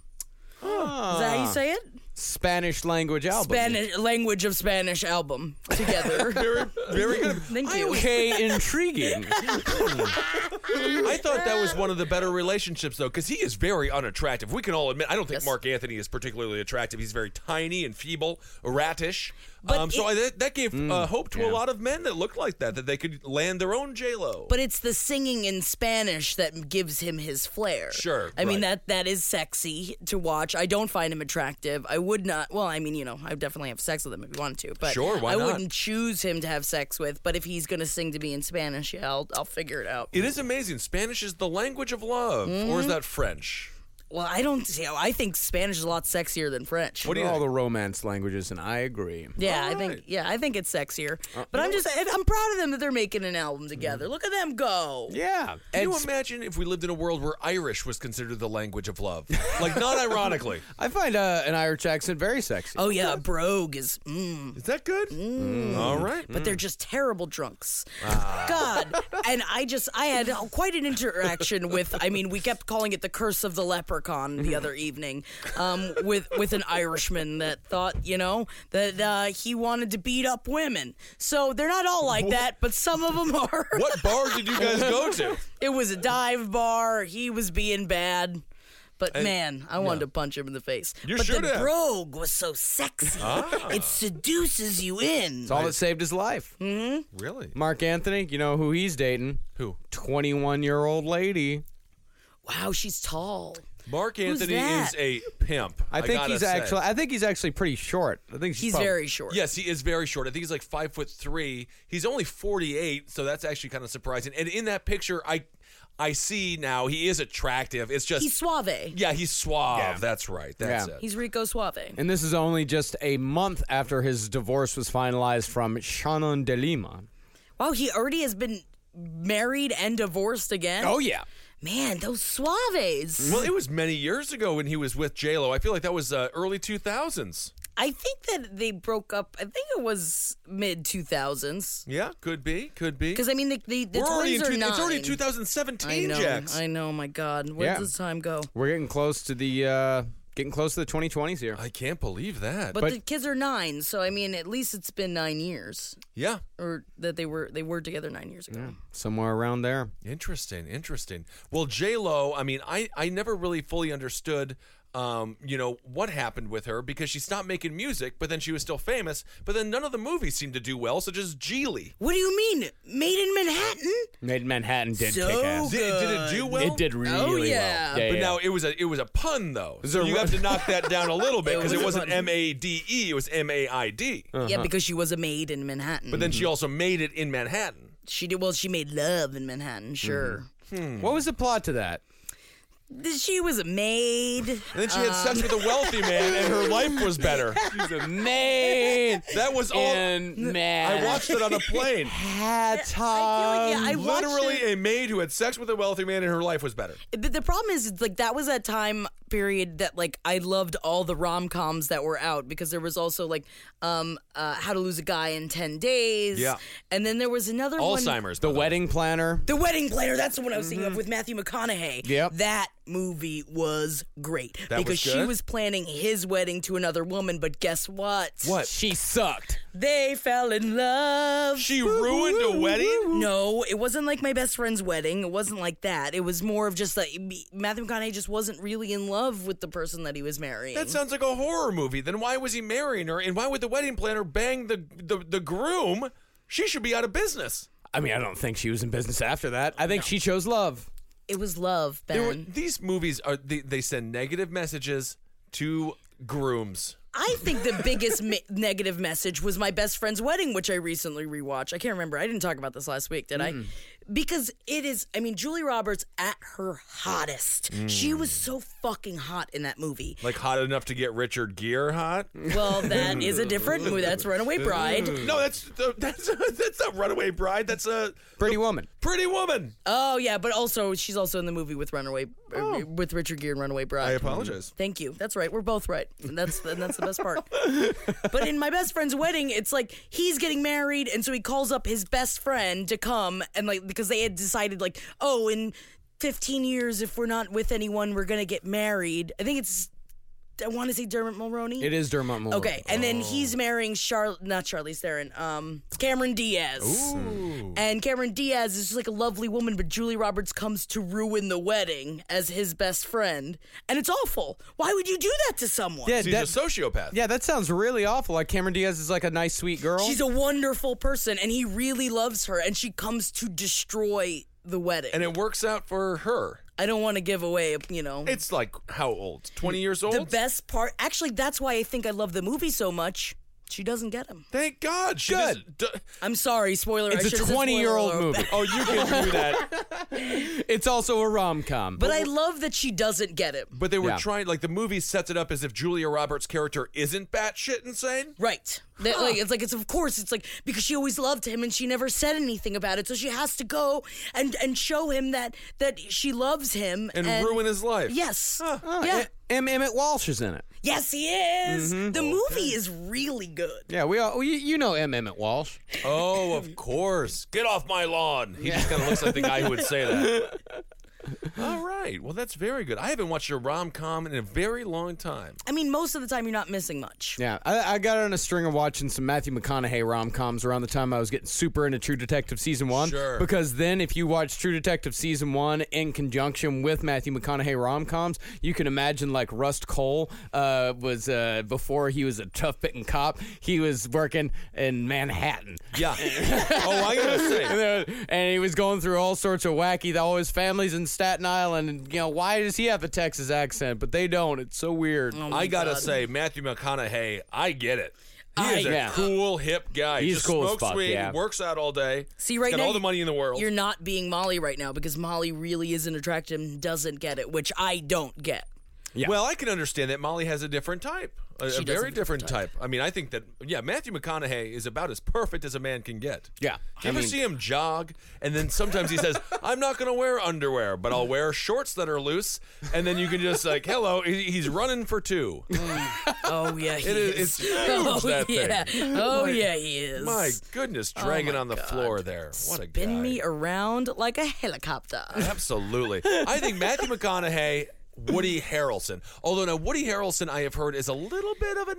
[SPEAKER 1] Is that how you say it?
[SPEAKER 2] Spanish language album.
[SPEAKER 1] Spanish language of Spanish album
[SPEAKER 3] <laughs>
[SPEAKER 1] together.
[SPEAKER 3] Very, very good.
[SPEAKER 1] Thank you.
[SPEAKER 2] Okay, intriguing.
[SPEAKER 3] I thought that was one of
[SPEAKER 1] <laughs>
[SPEAKER 3] the better relationships, though, because he is very unattractive. We can all admit. I don't think
[SPEAKER 1] Yes.
[SPEAKER 3] Mark Anthony is particularly attractive. He's very tiny and feeble, rattish.
[SPEAKER 1] But
[SPEAKER 3] um, so
[SPEAKER 1] it-
[SPEAKER 3] I, that, that gave uh, hope to a lot of men that looked like that, that they could land their own J Lo.
[SPEAKER 1] But it's the singing in Spanish that gives him his flair.
[SPEAKER 3] Sure,
[SPEAKER 1] I mean
[SPEAKER 3] right.
[SPEAKER 1] that that is sexy to watch. I don't find him attractive. I would not. Well, I mean, you know, I would definitely have sex with him if you wanted to, but
[SPEAKER 3] Sure, why
[SPEAKER 1] I
[SPEAKER 3] not?
[SPEAKER 1] wouldn't choose him to have sex with. But if he's going to sing to me in Spanish, yeah, I'll I'll figure it out.
[SPEAKER 3] it is amazing. Spanish is the language of love,
[SPEAKER 1] Mm-hmm.
[SPEAKER 3] or is that French?
[SPEAKER 1] well, I don't. You know, I think Spanish is a lot sexier than French.
[SPEAKER 3] What do you
[SPEAKER 2] all
[SPEAKER 3] think?
[SPEAKER 2] the romance languages, and I agree.
[SPEAKER 1] yeah, I think yeah, I think it's sexier.
[SPEAKER 3] Uh,
[SPEAKER 1] but I'm just I'm proud of them that they're making an album together.
[SPEAKER 3] Mm-hmm.
[SPEAKER 1] Look at them go.
[SPEAKER 2] Yeah,
[SPEAKER 3] Can you
[SPEAKER 2] and sp-
[SPEAKER 3] imagine if we lived in a world where Irish was considered the language of love? Like, not ironically.
[SPEAKER 2] I find uh, an Irish accent very sexy.
[SPEAKER 1] Oh yeah, brogue is mm,
[SPEAKER 3] <laughs> Is that good? All right.
[SPEAKER 1] but they're just terrible drunks. God. And I just, I had quite an interaction with, I mean, we kept calling it the curse of the leprechaun the other evening um, with, with an Irishman that thought, you know, that uh, he wanted to beat up women. So they're not all like that, but some of them are.
[SPEAKER 3] What bar did you guys go to?
[SPEAKER 1] <laughs> It was a dive bar. He was being bad. But man, I wanted to punch him in the face.
[SPEAKER 3] You
[SPEAKER 1] but
[SPEAKER 3] should
[SPEAKER 1] the
[SPEAKER 3] have.
[SPEAKER 1] brogue was so sexy. It seduces you in.
[SPEAKER 2] It's all that saved his life.
[SPEAKER 3] <laughs> Really?
[SPEAKER 2] Mark Anthony, you know who he's dating?
[SPEAKER 3] Who?
[SPEAKER 2] 21 year old lady.
[SPEAKER 1] Wow, she's tall.
[SPEAKER 3] Mark Anthony
[SPEAKER 1] that?
[SPEAKER 3] is a pimp.
[SPEAKER 2] I think
[SPEAKER 3] gotta
[SPEAKER 2] he's
[SPEAKER 3] say.
[SPEAKER 2] actually. I think he's actually pretty short. I think she's
[SPEAKER 1] He's
[SPEAKER 2] prob-
[SPEAKER 1] very short.
[SPEAKER 3] Yes, he is very short. I think he's like five foot three. He's only forty eight, so that's actually kind of surprising. And in that picture, I, I see now he is attractive. It's just
[SPEAKER 1] He's suave.
[SPEAKER 3] yeah, he's suave. That's right. That's
[SPEAKER 2] Yeah.
[SPEAKER 3] it.
[SPEAKER 1] He's Rico Suave.
[SPEAKER 2] And this is only just a month after his divorce was finalized from Shannon de Lima.
[SPEAKER 1] Wow, he already has been married and divorced again.
[SPEAKER 3] Oh,
[SPEAKER 2] yeah.
[SPEAKER 1] Man, those suaves.
[SPEAKER 3] well, it was many years ago when he was with J Lo. I feel like that was uh, early two thousands.
[SPEAKER 1] I think that they broke up. I think it was mid two thousands.
[SPEAKER 3] Yeah, could be, could be.
[SPEAKER 1] Because I mean, the the, the
[SPEAKER 3] We're already in
[SPEAKER 1] twins are
[SPEAKER 3] two,
[SPEAKER 1] nine.
[SPEAKER 3] it's already two thousand
[SPEAKER 1] I
[SPEAKER 3] seventeen,
[SPEAKER 1] know.
[SPEAKER 3] Jax.
[SPEAKER 1] I know. My God, where
[SPEAKER 2] Yeah.
[SPEAKER 1] does time go?
[SPEAKER 2] We're getting close to the uh, getting close to the 2020s here.
[SPEAKER 3] I can't believe that.
[SPEAKER 1] But,
[SPEAKER 2] But-
[SPEAKER 1] the kids are nine, so I mean, at least it's been nine years,
[SPEAKER 3] yeah,
[SPEAKER 1] or that they were they were together nine years ago.
[SPEAKER 2] Somewhere around there.
[SPEAKER 3] Interesting, interesting. Well, J Lo, I mean, I I never really fully understood, um, you know, what happened with her because she stopped making music, but then she was still famous. But then none of the movies seemed to do well, such as Geely.
[SPEAKER 1] What do you mean, made in Manhattan?
[SPEAKER 2] Made in Manhattan did
[SPEAKER 1] So
[SPEAKER 2] kick ass.
[SPEAKER 3] Did, did it do well?
[SPEAKER 2] Oh, It did really
[SPEAKER 1] yeah.
[SPEAKER 2] well. Yeah,
[SPEAKER 3] But
[SPEAKER 2] yeah.
[SPEAKER 3] now it was a it was a pun though.
[SPEAKER 2] a
[SPEAKER 3] So you
[SPEAKER 2] ru-
[SPEAKER 3] have to knock that down a
[SPEAKER 2] <laughs>
[SPEAKER 3] little bit
[SPEAKER 1] It
[SPEAKER 3] because
[SPEAKER 1] was
[SPEAKER 3] it,
[SPEAKER 1] a
[SPEAKER 3] was not
[SPEAKER 1] pun.
[SPEAKER 3] M A D E. It was M A I D.
[SPEAKER 2] Oh.
[SPEAKER 1] Yeah, because she was a maid in Manhattan.
[SPEAKER 3] Uh-huh. But then she also made it in Manhattan.
[SPEAKER 1] She did well. She made love in Manhattan, sure.
[SPEAKER 2] what was the plot to that?
[SPEAKER 1] She was a maid.
[SPEAKER 3] Mm-hmm. And then she had sex with a wealthy man, and her life was better.
[SPEAKER 2] Uh. <laughs> She's a <laughs> maid.
[SPEAKER 3] That was all.
[SPEAKER 2] And man,
[SPEAKER 3] I watched it on a plane.
[SPEAKER 2] Hat
[SPEAKER 1] I feel like, yeah, I watched it.
[SPEAKER 3] Literally, a maid who had sex with a wealthy man, and her life was better.
[SPEAKER 1] But the problem is, it's like that was that time period that like I loved all the rom coms that were out because there was also like um uh, How to Lose a Guy in Ten Days.
[SPEAKER 3] Yeah.
[SPEAKER 1] And then there was another one.
[SPEAKER 3] Alzheimer's.
[SPEAKER 2] The
[SPEAKER 3] by way.
[SPEAKER 2] wedding planner.
[SPEAKER 1] The Wedding Planner. That's the one I was thinking of
[SPEAKER 3] Mm-hmm.
[SPEAKER 1] with Matthew McConaughey.
[SPEAKER 2] Yep.
[SPEAKER 1] That movie was great
[SPEAKER 3] That was
[SPEAKER 1] because she
[SPEAKER 3] good?
[SPEAKER 1] was planning his wedding to another woman, but guess what?
[SPEAKER 3] What?
[SPEAKER 2] She sucked.
[SPEAKER 1] They fell in love.
[SPEAKER 3] She ruined a wedding?
[SPEAKER 1] Mm-hmm. No, it wasn't like my best friend's wedding. It wasn't like that. It was more of just like Matthew McConaughey just wasn't really in love with the person that he was marrying.
[SPEAKER 3] That sounds like a horror movie. Then why was he marrying her? And why would the wedding planner bang the the, the groom? She should be out of business.
[SPEAKER 2] I mean, I don't think she was in business after that. I think she chose love.
[SPEAKER 1] it was love, Ben.
[SPEAKER 3] There were, these movies are they, they send negative messages to grooms.
[SPEAKER 1] I think the biggest me- <laughs> negative message was my best friend's wedding, which I recently rewatched. I can't remember. I didn't talk about this last week, did I? Because it is, I mean, Julie Roberts at her hottest. She
[SPEAKER 3] Mm.
[SPEAKER 1] was so fucking hot in that movie.
[SPEAKER 3] Like hot enough to get Richard Gere hot?
[SPEAKER 1] Well, that is a different movie. That's Runaway Bride.
[SPEAKER 3] No, that's <laughs> that's that's not Runaway Bride. That's a
[SPEAKER 2] Pretty woman.
[SPEAKER 3] Pretty Woman.
[SPEAKER 1] Oh yeah, but also she's also in the movie with Runaway uh, with Richard Gere and Runaway Bride.
[SPEAKER 3] I apologize.
[SPEAKER 1] Thank you. That's right. We're both right. And that's and that's the best part. but in my best friend's wedding, it's like he's getting married, and so he calls up his best friend to come, and like because they had decided like, oh, in fifteen years, if we're not with anyone, we're gonna get married. I think it's I want to say Dermot Mulroney.
[SPEAKER 2] It is Dermot Mulroney.
[SPEAKER 1] Okay, and
[SPEAKER 2] Oh.
[SPEAKER 1] then he's marrying Char not Charlize Theron, um, Cameron Diaz. And Cameron Diaz is just like a lovely woman, but Julie Roberts comes to ruin the wedding as his best friend, and it's awful. Why would you do that to someone?
[SPEAKER 2] Yeah,
[SPEAKER 3] She's
[SPEAKER 2] that,
[SPEAKER 3] a sociopath.
[SPEAKER 2] yeah, that sounds really awful. Like Cameron Diaz is like a nice, sweet girl.
[SPEAKER 1] She's a wonderful person, and he really loves her, and she comes to destroy the wedding.
[SPEAKER 3] And it works out for her.
[SPEAKER 1] I don't want to give away, you know.
[SPEAKER 3] It's like how old? Twenty years old?
[SPEAKER 1] the best part, actually, that's why I think I love the movie so much. She doesn't get him.
[SPEAKER 3] Thank God. She
[SPEAKER 2] Good.
[SPEAKER 3] doesn't- d-
[SPEAKER 1] I'm sorry, spoiler. I
[SPEAKER 2] it's
[SPEAKER 1] should've
[SPEAKER 2] a
[SPEAKER 1] said spoiler
[SPEAKER 2] 20 year old
[SPEAKER 1] alert.
[SPEAKER 2] movie.
[SPEAKER 3] oh, you
[SPEAKER 1] <laughs>
[SPEAKER 3] can do that.
[SPEAKER 2] It's also a rom com.
[SPEAKER 1] But I love that she doesn't get him.
[SPEAKER 3] But they were
[SPEAKER 2] Yeah.
[SPEAKER 3] trying, like, the movie sets it up as if Julia Roberts' character isn't batshit insane.
[SPEAKER 1] Right. That, like, it's like, it's of course, it's like, because she always loved him and she never said anything about it. So she has to go and, and show him that, that she loves him.
[SPEAKER 3] And ruin his life.
[SPEAKER 1] Yes. yeah.
[SPEAKER 2] M. Emmett Walsh is in it.
[SPEAKER 1] yes, he is.
[SPEAKER 3] Mm-hmm.
[SPEAKER 1] The movie is really good.
[SPEAKER 2] Yeah, we all you, you know M. Emmett Walsh.
[SPEAKER 3] Oh, of course. Get off my lawn. He just kind of looks like the guy who would say that.
[SPEAKER 1] <laughs>
[SPEAKER 3] All right. Well, that's very good. I haven't watched a rom com in a very long time.
[SPEAKER 1] I mean, most of the time you're not missing much.
[SPEAKER 2] Yeah, I, I got on a string of watching some Matthew McConaughey rom coms around the time I was getting super into True Detective season one.
[SPEAKER 3] Sure.
[SPEAKER 2] Because then, if you watch True Detective season one in conjunction with Matthew McConaughey rom coms, you can imagine like Rust Cole uh, was uh, before he was a tough bitten cop. He was working in Manhattan.
[SPEAKER 3] Yeah.
[SPEAKER 1] <laughs>
[SPEAKER 3] oh, I gotta
[SPEAKER 2] And
[SPEAKER 3] say.
[SPEAKER 2] there- and he was going through all sorts of wacky. All his family's in Staten Island, and you know why does he have a Texas accent? But they don't. It's so weird.
[SPEAKER 3] I gotta say, Matthew McConaughey, I get it. He
[SPEAKER 1] I-
[SPEAKER 3] is a
[SPEAKER 2] Yeah.
[SPEAKER 3] cool, hip guy.
[SPEAKER 2] He's
[SPEAKER 3] just
[SPEAKER 2] cool as
[SPEAKER 3] smokes
[SPEAKER 2] fuck,
[SPEAKER 3] weed,
[SPEAKER 2] yeah.
[SPEAKER 3] works out all day.
[SPEAKER 1] See, right
[SPEAKER 3] He's got
[SPEAKER 1] now,
[SPEAKER 3] all the money in the world.
[SPEAKER 1] You're not being Molly right now because Molly really isn't attractive and doesn't get it, which I don't get.
[SPEAKER 2] Yeah.
[SPEAKER 3] Well, I can understand that Molly has a different type, a, a
[SPEAKER 1] She does
[SPEAKER 3] very
[SPEAKER 1] have a different
[SPEAKER 3] different type. I mean, I think that yeah, Matthew McConaughey is about as perfect as a man can get.
[SPEAKER 2] Yeah.
[SPEAKER 3] Do you
[SPEAKER 2] I
[SPEAKER 3] ever
[SPEAKER 2] mean-
[SPEAKER 3] see him jog? And then sometimes he says, <laughs> "I'm not going to wear underwear, but I'll wear shorts that are loose." And then you can just like, "Hello, he- he's running for two.
[SPEAKER 1] Oh, yeah,
[SPEAKER 3] <laughs>
[SPEAKER 1] he
[SPEAKER 3] It is, it's huge
[SPEAKER 1] Oh,
[SPEAKER 3] that
[SPEAKER 1] yeah.
[SPEAKER 3] thing.
[SPEAKER 1] Oh, yeah, he is.
[SPEAKER 3] My goodness, dragging on the floor there. What a
[SPEAKER 1] spin
[SPEAKER 3] guy.
[SPEAKER 1] me around like a helicopter.
[SPEAKER 3] Absolutely. I think Matthew McConaughey, Woody Harrelson. Although now Woody Harrelson, I have heard, is a little bit of a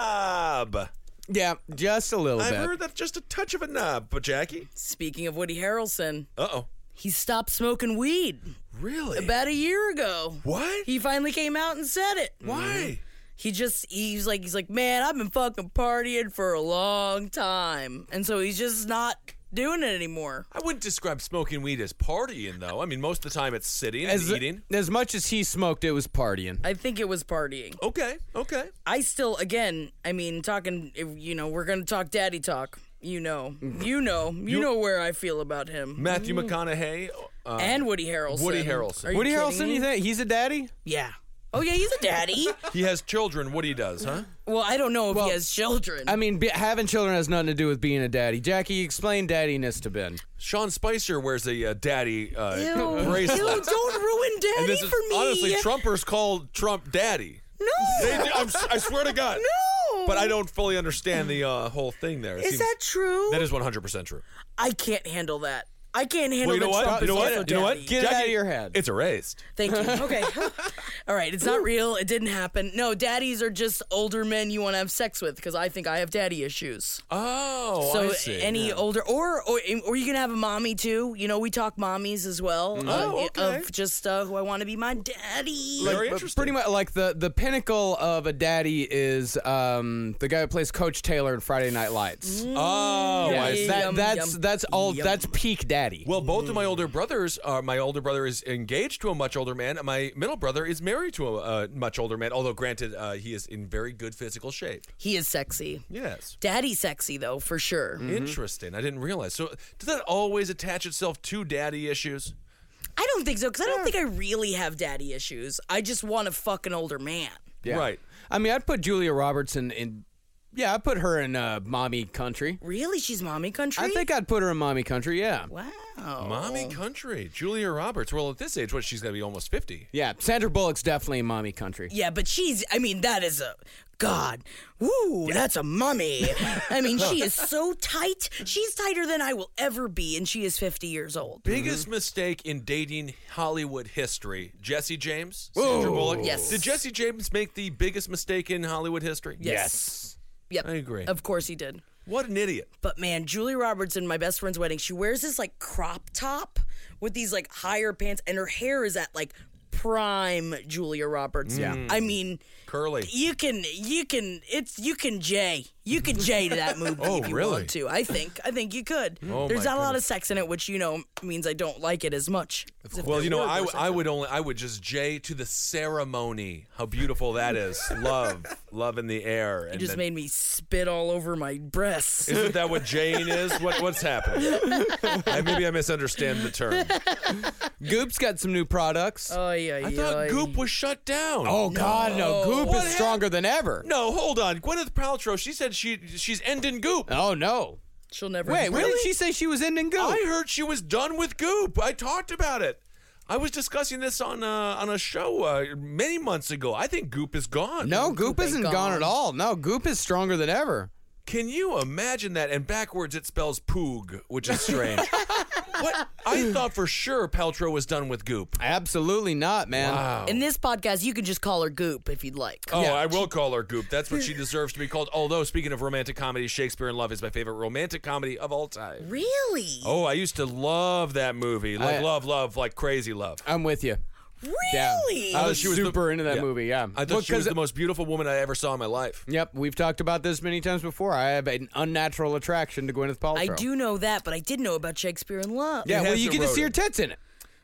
[SPEAKER 3] knob.
[SPEAKER 2] yeah, just a little
[SPEAKER 3] I've
[SPEAKER 2] bit.
[SPEAKER 3] heard that just a touch of a knob, but Jackie.
[SPEAKER 1] Speaking of Woody Harrelson,
[SPEAKER 3] Uh oh.
[SPEAKER 1] he stopped smoking weed
[SPEAKER 3] Really?
[SPEAKER 1] about a year ago.
[SPEAKER 3] what?
[SPEAKER 1] He Mm-hmm. finally came out and said it.
[SPEAKER 3] Why?
[SPEAKER 1] He just he's like he's like, "Man, I've been fucking partying for a long time." And so he's just not doing it anymore.
[SPEAKER 3] I wouldn't describe smoking weed as partying, though. I mean, most of the time it's sitting
[SPEAKER 2] as,
[SPEAKER 3] and eating.
[SPEAKER 2] as much as he smoked, it was partying.
[SPEAKER 1] I think it was partying.
[SPEAKER 3] Okay, okay.
[SPEAKER 1] I still again, I mean, talking if, you know, we're going to talk daddy talk. You know. You know. You know where I feel about him.
[SPEAKER 3] Matthew McConaughey uh,
[SPEAKER 1] and Woody Harrelson.
[SPEAKER 3] Mm. Woody Harrelson.
[SPEAKER 1] Are you
[SPEAKER 2] Woody
[SPEAKER 1] kidding
[SPEAKER 2] Harrelson,
[SPEAKER 1] me?
[SPEAKER 2] you think he's a daddy?
[SPEAKER 1] Yeah. Oh yeah, he's a daddy.
[SPEAKER 3] He has children. What he does, huh?
[SPEAKER 1] well, I don't know if he has children.
[SPEAKER 2] I mean, be, having children has nothing to do with being a daddy. Jackie, explain daddiness to Ben.
[SPEAKER 3] Sean Spicer wears a uh, daddy uh,
[SPEAKER 1] Ew.
[SPEAKER 3] bracelet.
[SPEAKER 1] Ew, don't ruin
[SPEAKER 3] and
[SPEAKER 1] daddy
[SPEAKER 3] this is
[SPEAKER 1] for me.
[SPEAKER 3] honestly, Trumpers call Trump daddy.
[SPEAKER 1] no.
[SPEAKER 3] They do, I'm, s- I swear to God.
[SPEAKER 1] No.
[SPEAKER 3] But I don't fully understand the uh, whole thing there. It
[SPEAKER 1] Is
[SPEAKER 3] seems-
[SPEAKER 1] that true?
[SPEAKER 3] That is 100% true.
[SPEAKER 1] I can't handle that. I can't handle
[SPEAKER 3] Well, you know
[SPEAKER 1] that Trump
[SPEAKER 3] what? You know
[SPEAKER 1] is
[SPEAKER 3] what?
[SPEAKER 1] also
[SPEAKER 3] You know what?
[SPEAKER 1] daddy.
[SPEAKER 2] Get it out of your head.
[SPEAKER 3] It's erased.
[SPEAKER 1] Thank
[SPEAKER 3] <laughs>
[SPEAKER 1] you. Okay. <laughs> All right. It's not real. It didn't happen. No, daddies are just older men you want to have sex with because I think I have daddy issues.
[SPEAKER 3] Oh,
[SPEAKER 1] so any older or or or you can have a mommy too. You know, we talk mommies as well.
[SPEAKER 3] Oh,
[SPEAKER 1] uh,
[SPEAKER 3] okay.
[SPEAKER 1] Of just uh, who I want to be my daddy.
[SPEAKER 3] Very
[SPEAKER 2] But
[SPEAKER 3] interesting.
[SPEAKER 2] pretty much like the, the pinnacle of a daddy is um, the guy who plays Coach Taylor in Friday Night Lights.
[SPEAKER 1] Ah.
[SPEAKER 3] Oh,
[SPEAKER 2] Yeah,
[SPEAKER 3] I see.
[SPEAKER 2] that,
[SPEAKER 1] Yum,
[SPEAKER 2] that's
[SPEAKER 1] yum,
[SPEAKER 2] that's all.
[SPEAKER 1] yum.
[SPEAKER 2] That's peak daddy.
[SPEAKER 3] Well, both of my older brothers are. My older brother is engaged to a much older man. and My middle brother is married to a uh, much older man. Although, granted, uh, he is in very good physical shape.
[SPEAKER 1] he is sexy.
[SPEAKER 3] Yes.
[SPEAKER 1] Daddy sexy though for sure.
[SPEAKER 3] Interesting. I didn't realize. So, does that always attach itself to daddy issues?
[SPEAKER 1] I don't think so because I don't think I really have daddy issues. I just want to fuck an older man.
[SPEAKER 2] Yeah.
[SPEAKER 3] Right.
[SPEAKER 2] I mean, I'd put Julia Roberts in. in yeah, I'd put her in uh, mommy country.
[SPEAKER 1] Really, she's mommy country.
[SPEAKER 2] I think I'd put her in mommy country. Yeah.
[SPEAKER 1] Wow.
[SPEAKER 3] Mommy country. Julia Roberts. Well, at this age, what? She's going to be almost 50.
[SPEAKER 2] Yeah. Sandra Bullock's definitely in mommy country.
[SPEAKER 1] Yeah, but she's, I mean, that is a, God, woo, that's a mummy. I mean, she
[SPEAKER 2] <laughs>
[SPEAKER 1] is so tight. She's tighter than I will ever be, and she is 50 years old.
[SPEAKER 3] Biggest mistake in dating Hollywood history. Jesse James, Sandra Bullock.
[SPEAKER 1] Yes.
[SPEAKER 3] Did Jesse James make the biggest mistake in Hollywood history?
[SPEAKER 1] Yes. Yep.
[SPEAKER 3] I agree.
[SPEAKER 1] Of course he did.
[SPEAKER 3] What an idiot.
[SPEAKER 1] But man, Julie Roberts in my best friend's wedding, she wears this like crop top with these like higher pants, and her hair is at like prime Julia Roberts. Yeah. I mean,
[SPEAKER 3] Curly.
[SPEAKER 1] you can you can it's you can J you can J to that movie
[SPEAKER 3] <laughs> Oh,
[SPEAKER 1] if you
[SPEAKER 3] really?
[SPEAKER 1] want to. I think I think you could.
[SPEAKER 3] <laughs> Oh,
[SPEAKER 1] There's
[SPEAKER 3] my
[SPEAKER 1] not a lot of sex in it, which you know means I don't like it as much. As if
[SPEAKER 3] Well,
[SPEAKER 1] there
[SPEAKER 3] you know,
[SPEAKER 1] were
[SPEAKER 3] I,
[SPEAKER 1] more
[SPEAKER 3] w-
[SPEAKER 1] sex
[SPEAKER 3] I
[SPEAKER 1] in it.
[SPEAKER 3] would only I would just J to the ceremony. How beautiful that is.
[SPEAKER 1] <laughs>
[SPEAKER 3] love, love in the air.
[SPEAKER 1] You just made me spit all over my breasts.
[SPEAKER 3] <laughs> Isn't that what Jane is? What
[SPEAKER 1] <laughs>
[SPEAKER 3] what's happening? I, maybe I misunderstand the term.
[SPEAKER 2] Goop's got some new products.
[SPEAKER 1] Oh yeah,
[SPEAKER 3] I thought Goop was shut down.
[SPEAKER 2] oh God, no! Goop
[SPEAKER 3] What
[SPEAKER 2] is stronger than ever.
[SPEAKER 3] no, hold on. Gwyneth Paltrow. She said she she's ending Goop.
[SPEAKER 2] Oh no!
[SPEAKER 1] She'll never.
[SPEAKER 2] Wait, when did she say she was ending Goop?
[SPEAKER 3] I heard she was done with Goop. I talked about it. I was discussing this on uh, on a show uh, many months ago. I think Goop is gone.
[SPEAKER 2] no, Goop,
[SPEAKER 1] ain't
[SPEAKER 2] isn't gone. at
[SPEAKER 1] gone.
[SPEAKER 2] all. No, Goop is stronger than ever.
[SPEAKER 3] Can you imagine that? And backwards it spells poog, which is
[SPEAKER 2] <laughs>
[SPEAKER 3] strange. what? I thought for sure Paltrow was done with Goop.
[SPEAKER 2] Absolutely not, man.
[SPEAKER 1] In this podcast, you can just call her Goop if you'd like.
[SPEAKER 3] Oh, I will call her Goop. That's what she deserves to be called. Although, speaking of romantic comedy, Shakespeare in Love is my favorite romantic comedy of all time.
[SPEAKER 1] Really?
[SPEAKER 3] Oh, I used to love that movie. Like,
[SPEAKER 2] Mm. I-
[SPEAKER 3] love, love, like crazy love.
[SPEAKER 2] I'm with you. Yeah.
[SPEAKER 1] Really?
[SPEAKER 2] I
[SPEAKER 3] thought
[SPEAKER 2] was
[SPEAKER 3] she was the-
[SPEAKER 2] super into that
[SPEAKER 3] yeah.
[SPEAKER 2] movie. Yeah,
[SPEAKER 3] I thought
[SPEAKER 2] Well,
[SPEAKER 3] she was
[SPEAKER 2] 'cause-
[SPEAKER 3] the most beautiful woman I ever saw in my life.
[SPEAKER 2] Yep, we've talked about this many times before. I have an unnatural attraction to Gwyneth Paltrow.
[SPEAKER 1] I do know that, but I did know about Shakespeare in Love.
[SPEAKER 2] Yeah,
[SPEAKER 3] It
[SPEAKER 2] well,
[SPEAKER 3] has
[SPEAKER 2] you get to see her
[SPEAKER 3] eroded.
[SPEAKER 2] tits in it.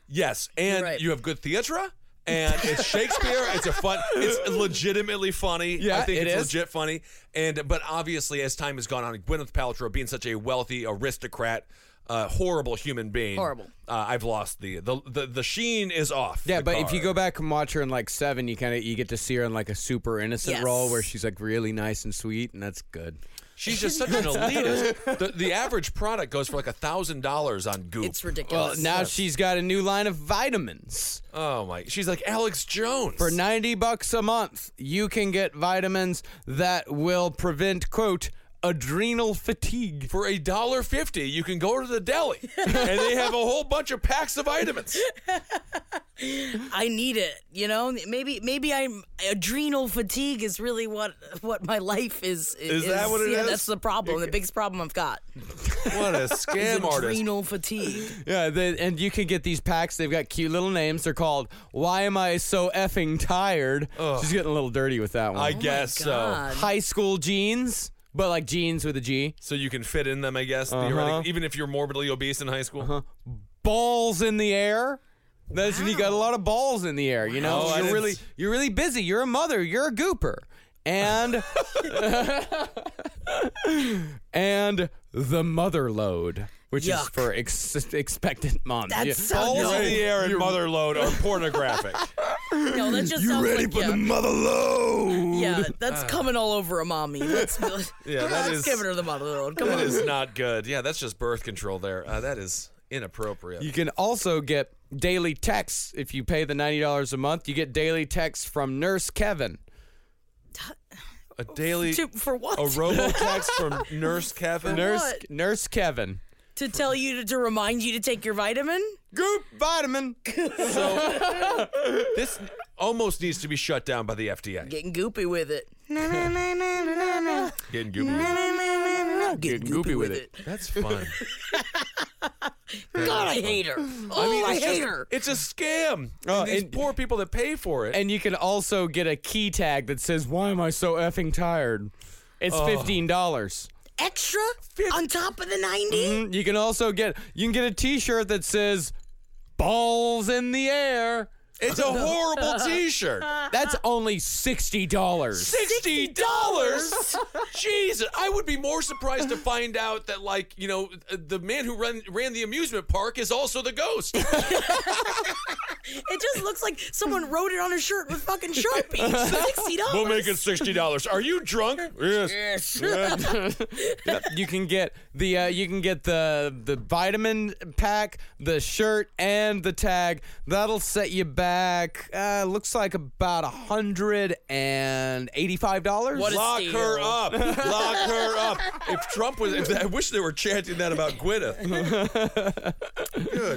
[SPEAKER 3] Yes, and
[SPEAKER 1] right.
[SPEAKER 3] you have good theatre. And it's Shakespeare. it's a fun. It's legitimately funny.
[SPEAKER 2] Yeah,
[SPEAKER 3] I think
[SPEAKER 2] it
[SPEAKER 3] it's
[SPEAKER 2] is.
[SPEAKER 3] legit funny. And but obviously, as time has gone on, Gwyneth Paltrow being such a wealthy aristocrat, uh, horrible human being,
[SPEAKER 1] Horrible.
[SPEAKER 3] Uh, I've lost the, the the the sheen is off.
[SPEAKER 2] Yeah,
[SPEAKER 3] the
[SPEAKER 2] but if
[SPEAKER 3] car.
[SPEAKER 2] you go back and watch her in like seven, you kind of you get to see her in like a super innocent
[SPEAKER 1] Yes.
[SPEAKER 2] role where she's like really nice and sweet, and that's good.
[SPEAKER 3] she's just <laughs> such an elitist. the, the average product goes for like a thousand dollars on Goop.
[SPEAKER 1] It's
[SPEAKER 2] Well,
[SPEAKER 1] ridiculous.
[SPEAKER 2] now she's got a new line of vitamins.
[SPEAKER 3] oh my, she's like Alex Jones.
[SPEAKER 2] For 90 bucks a month, you can get vitamins that will prevent, quote, adrenal fatigue.
[SPEAKER 3] for a dollar fifty, you can go to
[SPEAKER 1] <laughs>
[SPEAKER 3] the deli, and they have a whole bunch of packs of vitamins.
[SPEAKER 1] I need it. You know, maybe maybe I'm adrenal fatigue is really what what my life is.
[SPEAKER 3] Is that what it
[SPEAKER 1] yeah,
[SPEAKER 3] is?
[SPEAKER 1] That's the problem. The biggest problem I've got.
[SPEAKER 3] What a
[SPEAKER 1] is
[SPEAKER 3] scam artist.
[SPEAKER 1] adrenal
[SPEAKER 3] <clears throat>
[SPEAKER 1] fatigue.
[SPEAKER 2] Yeah, they, and you can get these packs. They've got cute little names. They're called Why Am I So Effing Tired? She's getting a little dirty with that one.
[SPEAKER 3] I guess so.
[SPEAKER 1] Oh God.
[SPEAKER 2] High school jeans, but like jeans with a G.
[SPEAKER 3] So you can fit in them, I guess, theoretically, even if you're morbidly obese in high school.
[SPEAKER 2] Balls in the air. That's when you got a lot of balls in the air, you know?
[SPEAKER 3] Wow. Oh, I
[SPEAKER 2] you're
[SPEAKER 3] didn't-
[SPEAKER 2] really you're really busy. You're a mother, you're a gooper. And <laughs> and the mother load. which is
[SPEAKER 1] Yuck.
[SPEAKER 2] for ex- expectant moms.
[SPEAKER 1] That
[SPEAKER 2] Yeah.
[SPEAKER 1] sounds-
[SPEAKER 3] Balls in
[SPEAKER 1] No.
[SPEAKER 3] the air and mother load are
[SPEAKER 1] <laughs>
[SPEAKER 3] pornographic.
[SPEAKER 1] No, that just sounds like yeah,
[SPEAKER 2] mother load?
[SPEAKER 1] yeah,
[SPEAKER 3] <sighs>
[SPEAKER 1] that's coming all over a mommy. That's
[SPEAKER 3] <laughs> Yeah,
[SPEAKER 1] <laughs>
[SPEAKER 3] that
[SPEAKER 1] that's
[SPEAKER 3] is-
[SPEAKER 1] giving her the mother load. Come
[SPEAKER 3] that
[SPEAKER 1] on.
[SPEAKER 3] is not good. Yeah, that's just birth control there. Uh, that is inappropriate.
[SPEAKER 2] You can also get daily texts if you pay the ninety dollars a month. You get daily texts from Nurse Kevin.
[SPEAKER 3] a daily
[SPEAKER 1] to, for what?
[SPEAKER 3] a robotext from
[SPEAKER 1] <laughs>
[SPEAKER 3] Nurse Kevin.
[SPEAKER 2] Nurse
[SPEAKER 1] What?
[SPEAKER 2] Nurse Kevin.
[SPEAKER 1] to tell you to, to remind you to take your vitamin?
[SPEAKER 2] Goop vitamin.
[SPEAKER 3] This almost needs to be shut down by the FDA.
[SPEAKER 1] Getting goopy with it. Na, na, na, na, na, na, na.
[SPEAKER 3] Getting goopy.
[SPEAKER 1] Na, na, na, na, na. Getting
[SPEAKER 2] Getting goopy with it.
[SPEAKER 3] That's fun.
[SPEAKER 1] God, I hate her. <laughs> Oh, I,
[SPEAKER 3] it's
[SPEAKER 1] hate
[SPEAKER 3] just-
[SPEAKER 1] her.
[SPEAKER 3] It's a scam. Uh,
[SPEAKER 2] Oh,
[SPEAKER 3] and these
[SPEAKER 2] and-
[SPEAKER 3] poor people that pay for it.
[SPEAKER 2] And you can also get a key tag that says, Why am I so effing tired? It's fifteen dollars. Mm,
[SPEAKER 1] Extra on top of the 90?
[SPEAKER 3] Mm-hmm.
[SPEAKER 2] You can also get you can get a t shirt that says Balls in the air.
[SPEAKER 3] it's a horrible <laughs> T-shirt.
[SPEAKER 2] That's only
[SPEAKER 3] <laughs>
[SPEAKER 2] sixty dollars.
[SPEAKER 3] Sixty <laughs> dollars. Jesus, I would be more surprised to find out that, like, you know, uh, the man who ran ran the amusement park is also the <laughs> ghost.
[SPEAKER 1] It just looks like someone wrote it on a shirt with fucking
[SPEAKER 3] <laughs>
[SPEAKER 1] Sharpie. Sixty dollars.
[SPEAKER 3] sixty dollars. Are you drunk? Yes.
[SPEAKER 2] you can get the uh, you can get the the vitamin pack, the shirt, and the tag. That'll set you back. Uh, looks like about a hundred and eighty-five dollars.
[SPEAKER 1] What a
[SPEAKER 3] Lock
[SPEAKER 1] steal.
[SPEAKER 3] her <laughs> up. Lock her up. If Trump was, if, I wish they were chanting that about Gwyneth.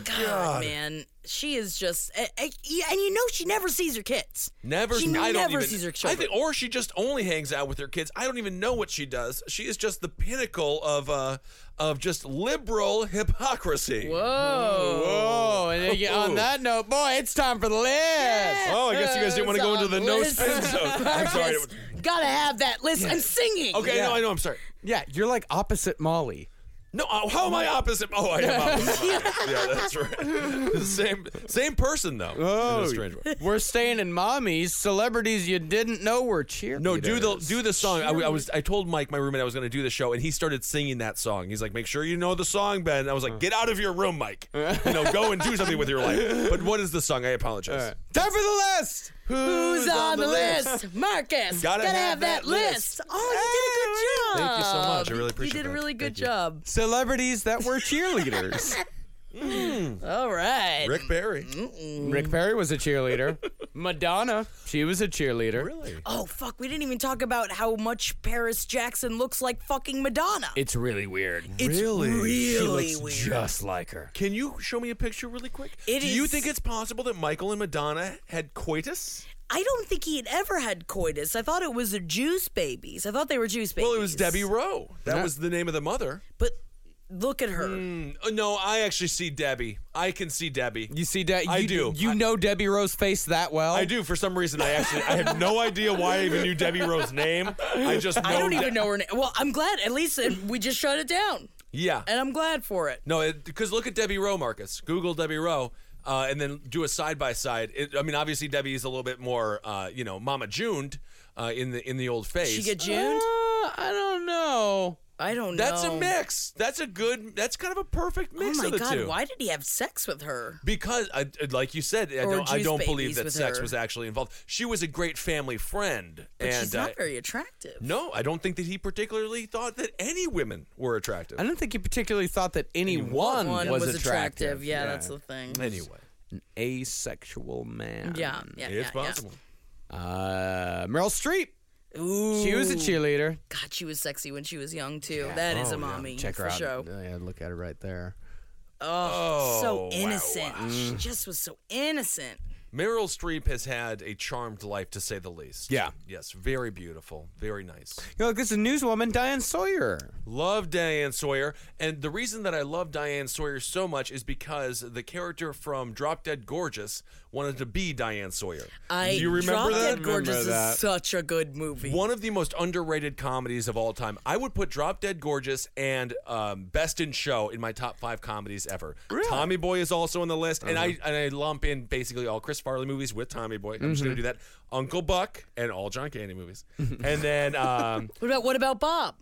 [SPEAKER 1] God, man, she is just, I- I- yeah, and you know she never sees her kids.
[SPEAKER 3] Never,
[SPEAKER 1] She
[SPEAKER 3] I don't
[SPEAKER 1] never
[SPEAKER 3] even,
[SPEAKER 1] sees her
[SPEAKER 3] I
[SPEAKER 1] children.
[SPEAKER 3] think, or she just only hangs out with her kids. I don't even know what she does. She is just the pinnacle of, uh, of just liberal hypocrisy.
[SPEAKER 2] Whoa! Whoa! And then, yeah, on that note, boy, it's time for the list.
[SPEAKER 3] Oh, I guess you guys didn't want to go into the no spin zone. I'm sorry.
[SPEAKER 1] Marcus, Gotta have that list. I'm singing.
[SPEAKER 3] Okay, no, I know. I'm sorry.
[SPEAKER 2] Yeah, you're like opposite Molly.
[SPEAKER 3] No, uh, how am I opposite? Oh, I
[SPEAKER 1] <laughs>
[SPEAKER 3] am opposite. yeah, that's right. Same, same person though. in
[SPEAKER 2] Oh.
[SPEAKER 3] a strange way.
[SPEAKER 2] We're staying in mommy's celebrities you didn't know were cheerleaders.
[SPEAKER 3] No, do the do the song. I, w- I was I told Mike my roommate I was going to do the show, and he started singing that song. He's like, "Make sure you know the song, Ben." And I was like, "Get out of your room, <laughs> Mike. You know, go and do something with your life." But what is the song? I apologize.
[SPEAKER 2] time for the list.
[SPEAKER 1] Who's on the list? Marcus.
[SPEAKER 3] Gotta
[SPEAKER 1] Gotta,
[SPEAKER 3] have
[SPEAKER 1] have,
[SPEAKER 3] that
[SPEAKER 1] that
[SPEAKER 3] list.
[SPEAKER 1] list.
[SPEAKER 2] Oh,
[SPEAKER 1] Oh, you did a good job.
[SPEAKER 3] Thank you so much. I really appreciate
[SPEAKER 1] You did
[SPEAKER 3] that.
[SPEAKER 1] a really good
[SPEAKER 3] Thank you.
[SPEAKER 1] job.
[SPEAKER 2] Celebrities that were <laughs> cheerleaders.
[SPEAKER 1] All right.
[SPEAKER 3] Rick Barry.
[SPEAKER 2] Rick Perry was a cheerleader. Madonna, she was a cheerleader.
[SPEAKER 3] Really?
[SPEAKER 1] Oh fuck, we didn't even talk about how much Paris Jackson looks like fucking Madonna.
[SPEAKER 2] It's really weird.
[SPEAKER 3] really?
[SPEAKER 2] she
[SPEAKER 1] really
[SPEAKER 2] looks
[SPEAKER 1] weird.
[SPEAKER 2] just like her.
[SPEAKER 3] Can you show me a picture really quick?
[SPEAKER 1] It
[SPEAKER 3] do you
[SPEAKER 1] is-
[SPEAKER 3] think it's possible that Michael and Madonna had coitus?
[SPEAKER 1] I don't think he had ever had coitus. I thought it was the juice babies. I thought they were juice babies.
[SPEAKER 3] Well, it was Debbie Rowe. That was the name of the mother.
[SPEAKER 1] But look at her.
[SPEAKER 3] Uh, No, I actually see Debbie. I can see Debbie.
[SPEAKER 2] You see, De-
[SPEAKER 3] I
[SPEAKER 2] you,
[SPEAKER 3] do.
[SPEAKER 2] You
[SPEAKER 3] I-
[SPEAKER 2] know Debbie Rose's face that well.
[SPEAKER 3] I do. For some reason, I actually I have no idea why I even knew Debbie Rowe's name.
[SPEAKER 2] Uh,
[SPEAKER 3] I just know
[SPEAKER 1] <laughs> I don't
[SPEAKER 3] De-
[SPEAKER 1] even know her name. Well, I'm glad at least uh, we just shut it down,
[SPEAKER 3] Yeah.
[SPEAKER 1] and I'm glad for it.
[SPEAKER 3] No, because look at Debbie Rowe, Marcus. Google Debbie Rowe, uh, and then do a side by side. I mean, obviously Debbie is a little bit more, uh, you know, Mama Juned uh, in the in the old face.
[SPEAKER 1] She get
[SPEAKER 2] Uh,
[SPEAKER 1] June?
[SPEAKER 2] I don't know.
[SPEAKER 1] I don't know.
[SPEAKER 3] that's a mix. That's a good. That's kind of a perfect
[SPEAKER 1] Oh
[SPEAKER 3] mix
[SPEAKER 1] my
[SPEAKER 3] of the
[SPEAKER 1] god,
[SPEAKER 3] two.
[SPEAKER 1] why did he have sex with her?
[SPEAKER 3] Because, I, like you said, I
[SPEAKER 1] Or
[SPEAKER 3] don't, I
[SPEAKER 1] juice
[SPEAKER 3] don't believe
[SPEAKER 1] babies
[SPEAKER 3] that
[SPEAKER 1] with
[SPEAKER 3] sex
[SPEAKER 1] her.
[SPEAKER 3] was actually involved. She was a great family friend,
[SPEAKER 1] But
[SPEAKER 3] and
[SPEAKER 1] she's
[SPEAKER 3] uh,
[SPEAKER 1] not very attractive.
[SPEAKER 3] no, I don't think that he particularly thought that any women were attractive.
[SPEAKER 2] I don't think you particularly thought that anyone,
[SPEAKER 1] One
[SPEAKER 2] was,
[SPEAKER 1] was, attractive.
[SPEAKER 2] attractive.
[SPEAKER 1] Yeah, that's the thing.
[SPEAKER 3] Anyway,
[SPEAKER 2] asexual man.
[SPEAKER 1] Yeah, yeah,
[SPEAKER 3] it's
[SPEAKER 1] yeah, yeah.
[SPEAKER 3] possible.
[SPEAKER 2] Uh, Meryl Streep.
[SPEAKER 1] Ooh.
[SPEAKER 2] She was a cheerleader.
[SPEAKER 1] God, she was sexy when she was young too. That
[SPEAKER 3] Oh,
[SPEAKER 1] is a mommy
[SPEAKER 2] Check her
[SPEAKER 1] for
[SPEAKER 2] out.
[SPEAKER 1] sure.
[SPEAKER 2] Oh, yeah, look at her right there.
[SPEAKER 1] Oh,
[SPEAKER 3] wow, Mm.
[SPEAKER 1] so innocent. She just was so innocent.
[SPEAKER 3] Meryl Streep has had a charmed life, to say the least.
[SPEAKER 2] Yeah.
[SPEAKER 3] Yes, very beautiful, very nice.
[SPEAKER 2] You know, look, this is newswoman Diane Sawyer.
[SPEAKER 3] Love Diane Sawyer. And the reason that I love Diane Sawyer so much is because the character from Drop Dead Gorgeous wanted to be Diane Sawyer.
[SPEAKER 1] I
[SPEAKER 3] Do you
[SPEAKER 1] Drop
[SPEAKER 3] remember that?
[SPEAKER 1] Dead Gorgeous
[SPEAKER 2] Remember that.
[SPEAKER 1] is such a good movie.
[SPEAKER 3] One of the most underrated comedies of all time. I would put Drop Dead Gorgeous and um, Best in Show in my top five comedies ever. Tommy Boy is also on the list, and I and I lump in basically all Chris Farley movies with Tommy Boy. I'm just gonna do that. Uncle Buck and all John Candy movies, and then um,
[SPEAKER 1] What about what about Bob?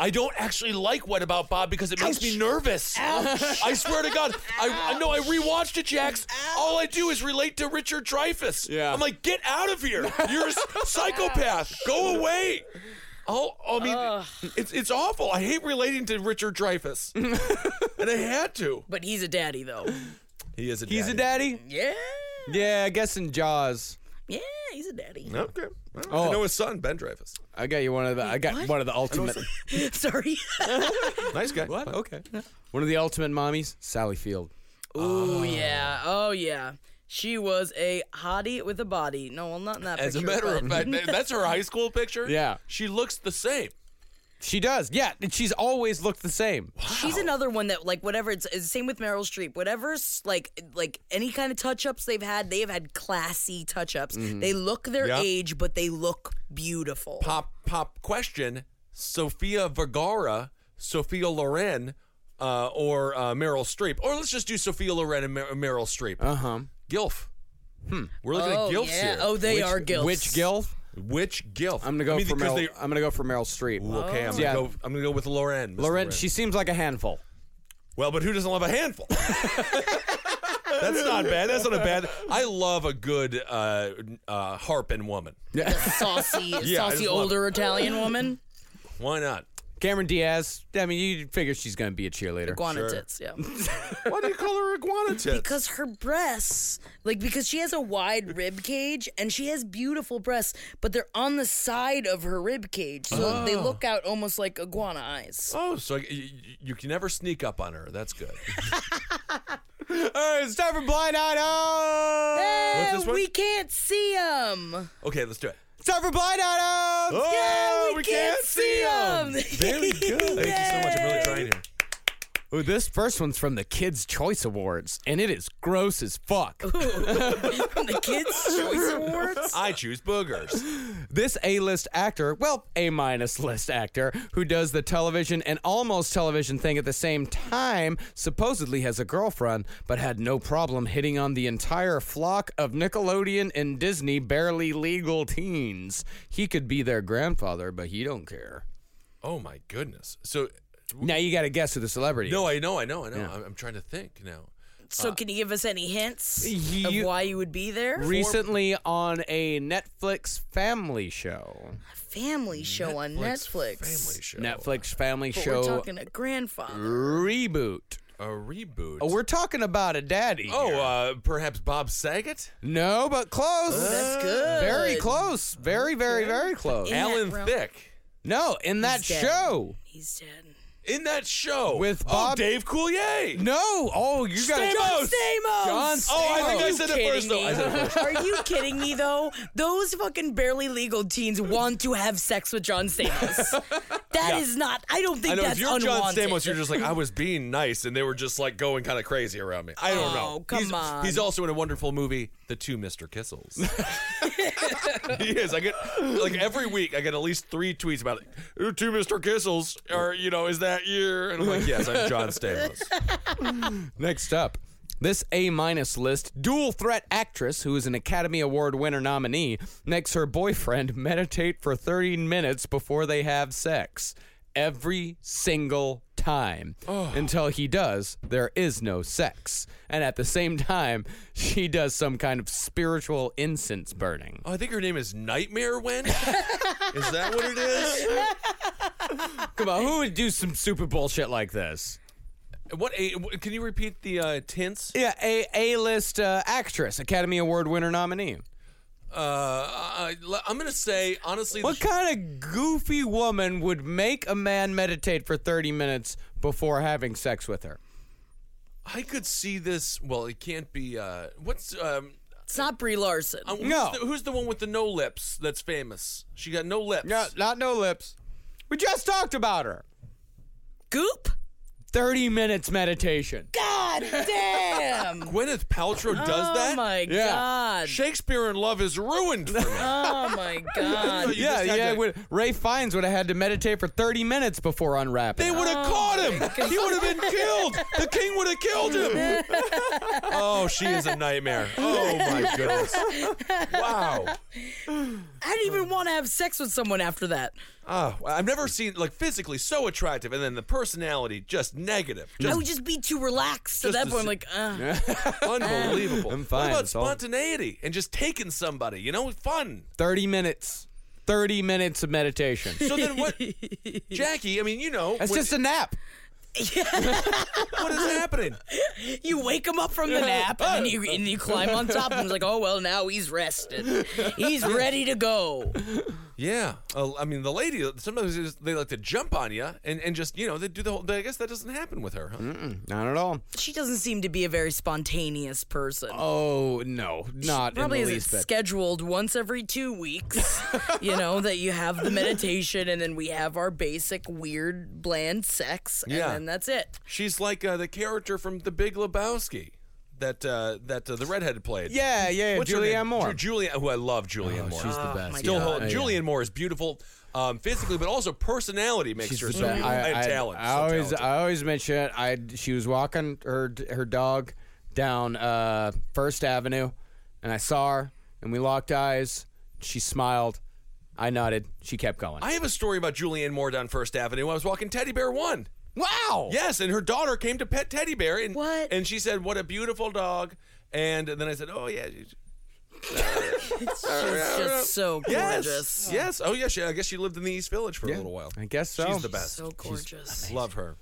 [SPEAKER 3] I don't actually like What About Bob because it makes me nervous. I swear to God, I I- no, I rewatched it, Jax. All I do is relate to Richard Dreyfuss.
[SPEAKER 2] Yeah.
[SPEAKER 3] I'm like, get out of here. You're a s- psychopath.
[SPEAKER 2] <laughs>
[SPEAKER 3] Go away. Oh, I mean, it's it's awful. I hate relating to Richard
[SPEAKER 2] <laughs>
[SPEAKER 3] Dreyfuss, and I had to.
[SPEAKER 1] But he's a daddy, <laughs> though.
[SPEAKER 3] He is a
[SPEAKER 2] He's a daddy?
[SPEAKER 1] Yeah.
[SPEAKER 2] Yeah, I guess in Jaws.
[SPEAKER 1] Yeah, he's a daddy. <laughs>
[SPEAKER 3] Okay. Well,
[SPEAKER 2] Oh.
[SPEAKER 3] I know his son, Ben Dreyfus.
[SPEAKER 2] I got you one of the I got one of the ultimate
[SPEAKER 1] Sorry.
[SPEAKER 3] <laughs> Nice guy.
[SPEAKER 2] What? Okay. One of the ultimate mommies, Sally Field.
[SPEAKER 1] oh, <laughs> yeah. Oh, yeah. She was a hottie with a body. No, well, not in that
[SPEAKER 3] As a
[SPEAKER 1] picture,
[SPEAKER 3] matter of
[SPEAKER 1] but- <laughs>
[SPEAKER 3] fact, that- that's her high school picture.
[SPEAKER 2] <laughs> Yeah.
[SPEAKER 3] She looks the same.
[SPEAKER 2] She does. Yeah, and she's always looked the same.
[SPEAKER 1] She's another one that like whatever it's, it's the same with Meryl Streep. Whatever's like like any kind of touch ups they've had, they have had classy touch ups. They look their
[SPEAKER 3] Mm-hmm. Yeah.
[SPEAKER 1] age, but they look beautiful.
[SPEAKER 3] Pop, pop question. Sophia Vergara, Sophia Loren, uh, or uh, Meryl Streep. Or let's just do Sophia Loren and Mer- Meryl Streep.
[SPEAKER 2] Uh huh.
[SPEAKER 3] Gilf. Hmm. We're looking
[SPEAKER 1] oh
[SPEAKER 3] at Gilfs
[SPEAKER 1] yeah.
[SPEAKER 3] here.
[SPEAKER 1] Oh, they are gilfs.
[SPEAKER 2] Which Gilf?
[SPEAKER 3] Which Gilf?
[SPEAKER 2] I'm gonna go
[SPEAKER 3] I mean,
[SPEAKER 2] for
[SPEAKER 3] because
[SPEAKER 2] Meryl.
[SPEAKER 3] they-
[SPEAKER 2] I'm gonna go for Meryl Streep.
[SPEAKER 3] Ooh, okay, I'm gonna
[SPEAKER 2] Yeah.
[SPEAKER 3] go. I'm gonna go with Loren. Miss
[SPEAKER 2] Lauren, she seems like a handful.
[SPEAKER 3] Well, but who doesn't love a handful? <laughs> That's not bad. That's not a bad. I love a good uh, uh, harping woman. <laughs>
[SPEAKER 1] The saucy,
[SPEAKER 3] Yeah, I
[SPEAKER 1] saucy
[SPEAKER 3] just love
[SPEAKER 1] older Italian woman.
[SPEAKER 3] Why not?
[SPEAKER 2] Cameron Diaz. I mean, you figure she's gonna be a cheerleader.
[SPEAKER 1] Iguana tits, yeah.
[SPEAKER 3] <laughs> Why do you call her iguana tits?
[SPEAKER 1] Because her breasts, like, because she has a wide rib cage and she has beautiful breasts, but they're on the side of her rib cage, so they look out almost like iguana eyes.
[SPEAKER 3] oh, so y- y- you can never sneak up on her. That's good.
[SPEAKER 2] All right, it's time for blind item.
[SPEAKER 3] What's this one?
[SPEAKER 1] We can't see them.
[SPEAKER 3] Okay, let's do it.
[SPEAKER 2] It's time for blind item.
[SPEAKER 3] Oh,
[SPEAKER 1] we can't see 'em.
[SPEAKER 3] Very good. Thank you so much. I'm really trying here.
[SPEAKER 2] Ooh, this first one's from the Kids Choice Awards, and it is gross as fuck.
[SPEAKER 1] From the
[SPEAKER 3] <laughs>
[SPEAKER 1] Kids' Choice Awards?
[SPEAKER 3] I choose boogers. <laughs>
[SPEAKER 2] This A-list actor, well, A-minus <laughs> list actor, who does the television and almost television thing at the same time, supposedly has a girlfriend, but had no problem hitting on the entire flock of Nickelodeon and Disney barely legal teens. He could be their grandfather, but he don't care.
[SPEAKER 3] Oh my goodness. So
[SPEAKER 2] Now you got to guess who the celebrity.
[SPEAKER 3] no,
[SPEAKER 2] is.
[SPEAKER 3] I know, I know, I know. I'm, I'm trying to think now.
[SPEAKER 1] So, can you give us any hints
[SPEAKER 2] you-
[SPEAKER 1] of why you would be there?
[SPEAKER 2] recently on a Netflix family show.
[SPEAKER 1] family show on Netflix.
[SPEAKER 3] Family show.
[SPEAKER 2] Netflix family
[SPEAKER 1] But
[SPEAKER 2] show
[SPEAKER 1] we're talking a grandfather.
[SPEAKER 2] reboot.
[SPEAKER 3] A reboot.
[SPEAKER 2] Oh, We're talking about a daddy.
[SPEAKER 3] Oh,
[SPEAKER 2] here.
[SPEAKER 3] uh, perhaps Bob Saget?
[SPEAKER 2] No, but close.
[SPEAKER 1] Oh, That's good.
[SPEAKER 2] Very close. Very, very, very close.
[SPEAKER 1] that
[SPEAKER 3] Alan
[SPEAKER 1] realm-
[SPEAKER 3] Thicke.
[SPEAKER 2] No, in that
[SPEAKER 1] He's dead.
[SPEAKER 2] show.
[SPEAKER 1] He's dead.
[SPEAKER 3] In that show.
[SPEAKER 2] With
[SPEAKER 3] Oh,
[SPEAKER 2] Bob-
[SPEAKER 3] Dave Coulier.
[SPEAKER 2] No. Oh, you got
[SPEAKER 3] Stamos! John
[SPEAKER 1] Stamos!
[SPEAKER 2] John Stamos.
[SPEAKER 3] Oh, I think I
[SPEAKER 1] you
[SPEAKER 3] said it
[SPEAKER 1] kidding
[SPEAKER 3] first, though. I said it
[SPEAKER 1] me? Are you kidding me though? Those fucking barely legal teens want to have sex with John Stamos. That is not. I don't think
[SPEAKER 3] I know
[SPEAKER 1] that's
[SPEAKER 3] if you're John
[SPEAKER 1] unwanted.
[SPEAKER 3] Stamos, you're just like I was being nice, and they were just like going kind of crazy around me. I don't know.
[SPEAKER 1] Oh, come
[SPEAKER 3] he's,
[SPEAKER 1] on.
[SPEAKER 3] He's also in a wonderful movie, The Two Mr. Kissels. <laughs> he is. I get like every week, I get at least three tweets about it. "Ooh, Two Mr. Kissels, or you know, is that year? And I'm like, yes, I'm
[SPEAKER 1] <laughs>
[SPEAKER 3] John Stamos.
[SPEAKER 2] Next up. This A minus list dual threat actress who is an Academy Award winner nominee makes her boyfriend <laughs> meditate for 30 minutes before they have sex. Every single time. Until he does, there is no sex. And at the same time, <laughs> she does some kind of spiritual incense burning.
[SPEAKER 3] Oh, I think her name is Nightmare Wen. is that what it is?
[SPEAKER 2] Come on, who would do some super bullshit like this?
[SPEAKER 3] What? A, can you repeat the uh, tints?
[SPEAKER 2] Yeah, a A list uh, actress, Academy Award winner nominee.
[SPEAKER 3] Uh, I, I'm gonna say honestly.
[SPEAKER 2] What kind of goofy woman would make a man meditate for 30 minutes before having sex with her?
[SPEAKER 3] I could see this. Well, it can't be. Uh, what's um?
[SPEAKER 1] It's not Brie Larson.
[SPEAKER 3] uh, who's
[SPEAKER 2] No.
[SPEAKER 3] the, who's the one with the no lips that's famous? She got no lips.
[SPEAKER 2] No, not no lips. We just talked about her.
[SPEAKER 1] Goop.
[SPEAKER 2] 30 minutes meditation.
[SPEAKER 1] God damn.
[SPEAKER 3] Gwyneth Paltrow does
[SPEAKER 1] Oh
[SPEAKER 3] that.
[SPEAKER 1] my
[SPEAKER 2] Yeah.
[SPEAKER 1] god.
[SPEAKER 3] Shakespeare in Love is ruined for me.
[SPEAKER 1] <laughs> Oh
[SPEAKER 3] <laughs>
[SPEAKER 1] my
[SPEAKER 3] So
[SPEAKER 1] god.
[SPEAKER 3] you
[SPEAKER 2] yeah,
[SPEAKER 3] just had
[SPEAKER 2] yeah.
[SPEAKER 3] to-
[SPEAKER 2] would, Ray Fiennes would have had to meditate for 30 minutes before unwrapping.
[SPEAKER 3] they
[SPEAKER 2] her.
[SPEAKER 3] would have
[SPEAKER 1] Oh
[SPEAKER 3] caught him. He would have been
[SPEAKER 2] <laughs>
[SPEAKER 3] killed. The king would have
[SPEAKER 1] <laughs>
[SPEAKER 3] killed him. oh, she is a nightmare. Oh my goodness. Wow.
[SPEAKER 1] I didn't even want to have sex with someone after that.
[SPEAKER 3] Ah, I've never seen like physically so attractive, and then the personality just negative,
[SPEAKER 1] I
[SPEAKER 3] just
[SPEAKER 1] would just be too relaxed at
[SPEAKER 3] Just
[SPEAKER 1] that
[SPEAKER 3] to
[SPEAKER 1] point.
[SPEAKER 3] see-
[SPEAKER 1] like, uh,
[SPEAKER 3] <laughs> unbelievable.
[SPEAKER 2] I'm fine,
[SPEAKER 3] What about
[SPEAKER 2] it's all-
[SPEAKER 3] spontaneity and just taking somebody? You know, fun.
[SPEAKER 2] 30 minutes. 30 minutes of meditation.
[SPEAKER 3] So
[SPEAKER 1] <laughs>
[SPEAKER 3] then what, Jackie? I mean, you know,
[SPEAKER 2] That's
[SPEAKER 3] what-
[SPEAKER 2] just a nap.
[SPEAKER 3] what
[SPEAKER 2] <laughs>
[SPEAKER 3] is happening?
[SPEAKER 1] you wake him up from the nap, and then you, and you climb on top, and it's like, oh well, now he's rested,
[SPEAKER 3] <laughs>
[SPEAKER 1] he's ready to go.
[SPEAKER 3] Yeah, uh, I mean, the lady sometimes is- they like to jump on you and, and just you know they do the whole. I guess that doesn't happen with her. Huh?
[SPEAKER 2] Not at all.
[SPEAKER 1] She doesn't seem to be a very spontaneous person.
[SPEAKER 2] Oh, no. Not in
[SPEAKER 1] Probably
[SPEAKER 2] the
[SPEAKER 1] is
[SPEAKER 2] least bit.
[SPEAKER 1] scheduled once every two
[SPEAKER 3] <laughs>
[SPEAKER 1] weeks, you know, that you have the meditation and then we have our basic weird bland sex and
[SPEAKER 3] Yeah.
[SPEAKER 1] then that's it.
[SPEAKER 3] She's like uh, the character from The Big Lebowski that uh, that uh, the redhead played.
[SPEAKER 2] Yeah, yeah, yeah.
[SPEAKER 3] What's her
[SPEAKER 2] Julianne
[SPEAKER 3] name?
[SPEAKER 2] Moore.
[SPEAKER 3] Ju- Julianne, who I love, Julianne Moore.
[SPEAKER 2] Oh, She's the best.
[SPEAKER 3] Still,
[SPEAKER 2] yeah.
[SPEAKER 3] hold,
[SPEAKER 2] Yeah.
[SPEAKER 3] Julianne Moore is beautiful um, physically, but also personality makes
[SPEAKER 2] She's
[SPEAKER 3] her
[SPEAKER 2] the
[SPEAKER 3] so
[SPEAKER 2] best.
[SPEAKER 3] beautiful
[SPEAKER 2] I,
[SPEAKER 3] and
[SPEAKER 2] I,
[SPEAKER 3] talent.
[SPEAKER 2] I
[SPEAKER 3] so
[SPEAKER 2] always,
[SPEAKER 3] talented.
[SPEAKER 2] I always mention it. I she was walking her her dog down uh, First Avenue, and I saw her, and we locked eyes. She smiled. I nodded. She kept going.
[SPEAKER 3] I have a story about Julianne Moore down First Avenue. I was walking Teddy Bear One.
[SPEAKER 2] wow.
[SPEAKER 3] Yes, and her daughter came to pet Teddy Bear, and
[SPEAKER 1] What?
[SPEAKER 3] and she said, "What a beautiful dog!" And, then I said, "Oh yeah." she's-
[SPEAKER 1] It's just so
[SPEAKER 3] Yes.
[SPEAKER 1] gorgeous.
[SPEAKER 3] Yes. Oh, yeah. She, I guess she lived in the East Village for a little while.
[SPEAKER 2] I guess so.
[SPEAKER 3] She's the best.
[SPEAKER 1] So gorgeous.
[SPEAKER 3] Love her.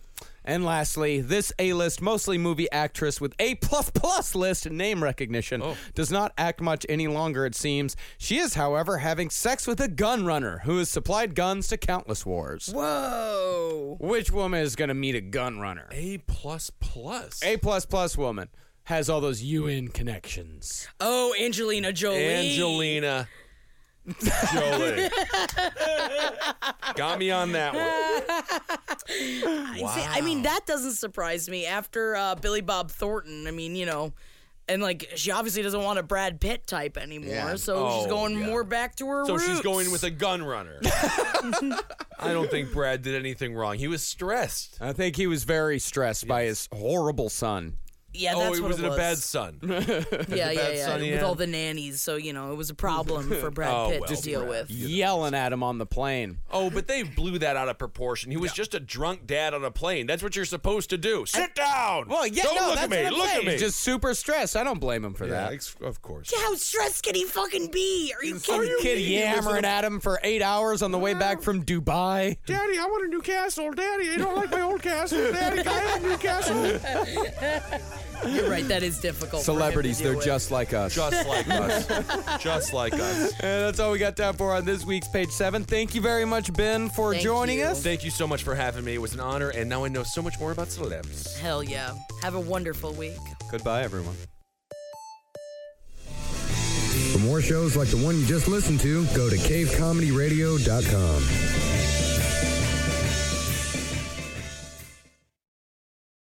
[SPEAKER 2] And lastly, this A-list, mostly movie actress with A plus plus list name recognition, does not act much any longer. It seems she is, however, having sex with a gun runner who has supplied guns to countless wars.
[SPEAKER 1] Whoa.
[SPEAKER 2] Which woman is going to meet a gun runner?
[SPEAKER 3] A plus plus.
[SPEAKER 2] A plus plus woman has all those UN connections.
[SPEAKER 1] Oh, Angelina Jolie.
[SPEAKER 3] Angelina
[SPEAKER 1] <laughs>
[SPEAKER 3] Jolie. Got me on that
[SPEAKER 1] Ah,
[SPEAKER 3] one.
[SPEAKER 1] I say- I mean, that doesn't surprise me after uh, Billy Bob Thornton. I mean, you know, and like she obviously doesn't want a Brad Pitt type anymore, so she's
[SPEAKER 3] Oh,
[SPEAKER 1] going
[SPEAKER 3] yeah.
[SPEAKER 1] more back to her
[SPEAKER 3] So
[SPEAKER 1] roots.
[SPEAKER 3] she's going with a
[SPEAKER 1] <laughs>
[SPEAKER 3] gun runner. I don't think Brad did anything wrong. He was stressed.
[SPEAKER 2] I think he was very stressed by his horrible son.
[SPEAKER 1] yeah,
[SPEAKER 3] oh,
[SPEAKER 1] that's
[SPEAKER 3] he
[SPEAKER 1] what
[SPEAKER 3] was
[SPEAKER 1] it
[SPEAKER 3] in
[SPEAKER 1] was.
[SPEAKER 3] a bad son.
[SPEAKER 1] yeah, yeah,
[SPEAKER 3] bad
[SPEAKER 1] yeah,
[SPEAKER 3] son he
[SPEAKER 1] with
[SPEAKER 3] had.
[SPEAKER 1] all the nannies. So you know, it was a problem
[SPEAKER 3] <laughs>
[SPEAKER 1] for Brad
[SPEAKER 3] Oh,
[SPEAKER 1] Pitt
[SPEAKER 3] well,
[SPEAKER 1] to deal
[SPEAKER 3] Brad.
[SPEAKER 1] with.
[SPEAKER 2] Yelling at him on the plane.
[SPEAKER 3] Oh, but they blew that out of proportion. He was just a drunk dad on a plane. That's what you're supposed to do. Sit down.
[SPEAKER 2] Well, yeah,
[SPEAKER 3] Don't
[SPEAKER 2] no,
[SPEAKER 3] look
[SPEAKER 2] that's
[SPEAKER 3] at me.
[SPEAKER 2] what I'm
[SPEAKER 3] look
[SPEAKER 2] saying.
[SPEAKER 3] at me.
[SPEAKER 2] He's Just super stressed. I don't blame him for
[SPEAKER 3] yeah,
[SPEAKER 2] that.
[SPEAKER 3] ex- of course.
[SPEAKER 1] How stressed can he fucking be? Are you
[SPEAKER 2] Some
[SPEAKER 1] kidding? me?
[SPEAKER 2] kid yammering at him for eight hours on the way back from Dubai.
[SPEAKER 3] Daddy, I want a new castle. Daddy, I don't like my old castle. Daddy, can I have a new castle?
[SPEAKER 1] You're right. That is difficult. for him to
[SPEAKER 2] Celebrities,
[SPEAKER 1] deal
[SPEAKER 2] they're
[SPEAKER 1] with.
[SPEAKER 2] just like us.
[SPEAKER 3] Just
[SPEAKER 2] <laughs>
[SPEAKER 3] like us. Just like us.
[SPEAKER 2] And that's all we got time for on this week's page seven. Thank you very much, Ben, for
[SPEAKER 1] Thank
[SPEAKER 2] joining
[SPEAKER 1] you.
[SPEAKER 2] us.
[SPEAKER 3] Thank you so much for having me. It was an honor, and now I know so much more about celebs.
[SPEAKER 1] Hell yeah. Have a wonderful week.
[SPEAKER 2] Goodbye, everyone.
[SPEAKER 7] For more shows like the one you just listened to, go to cavecomedyradio.com.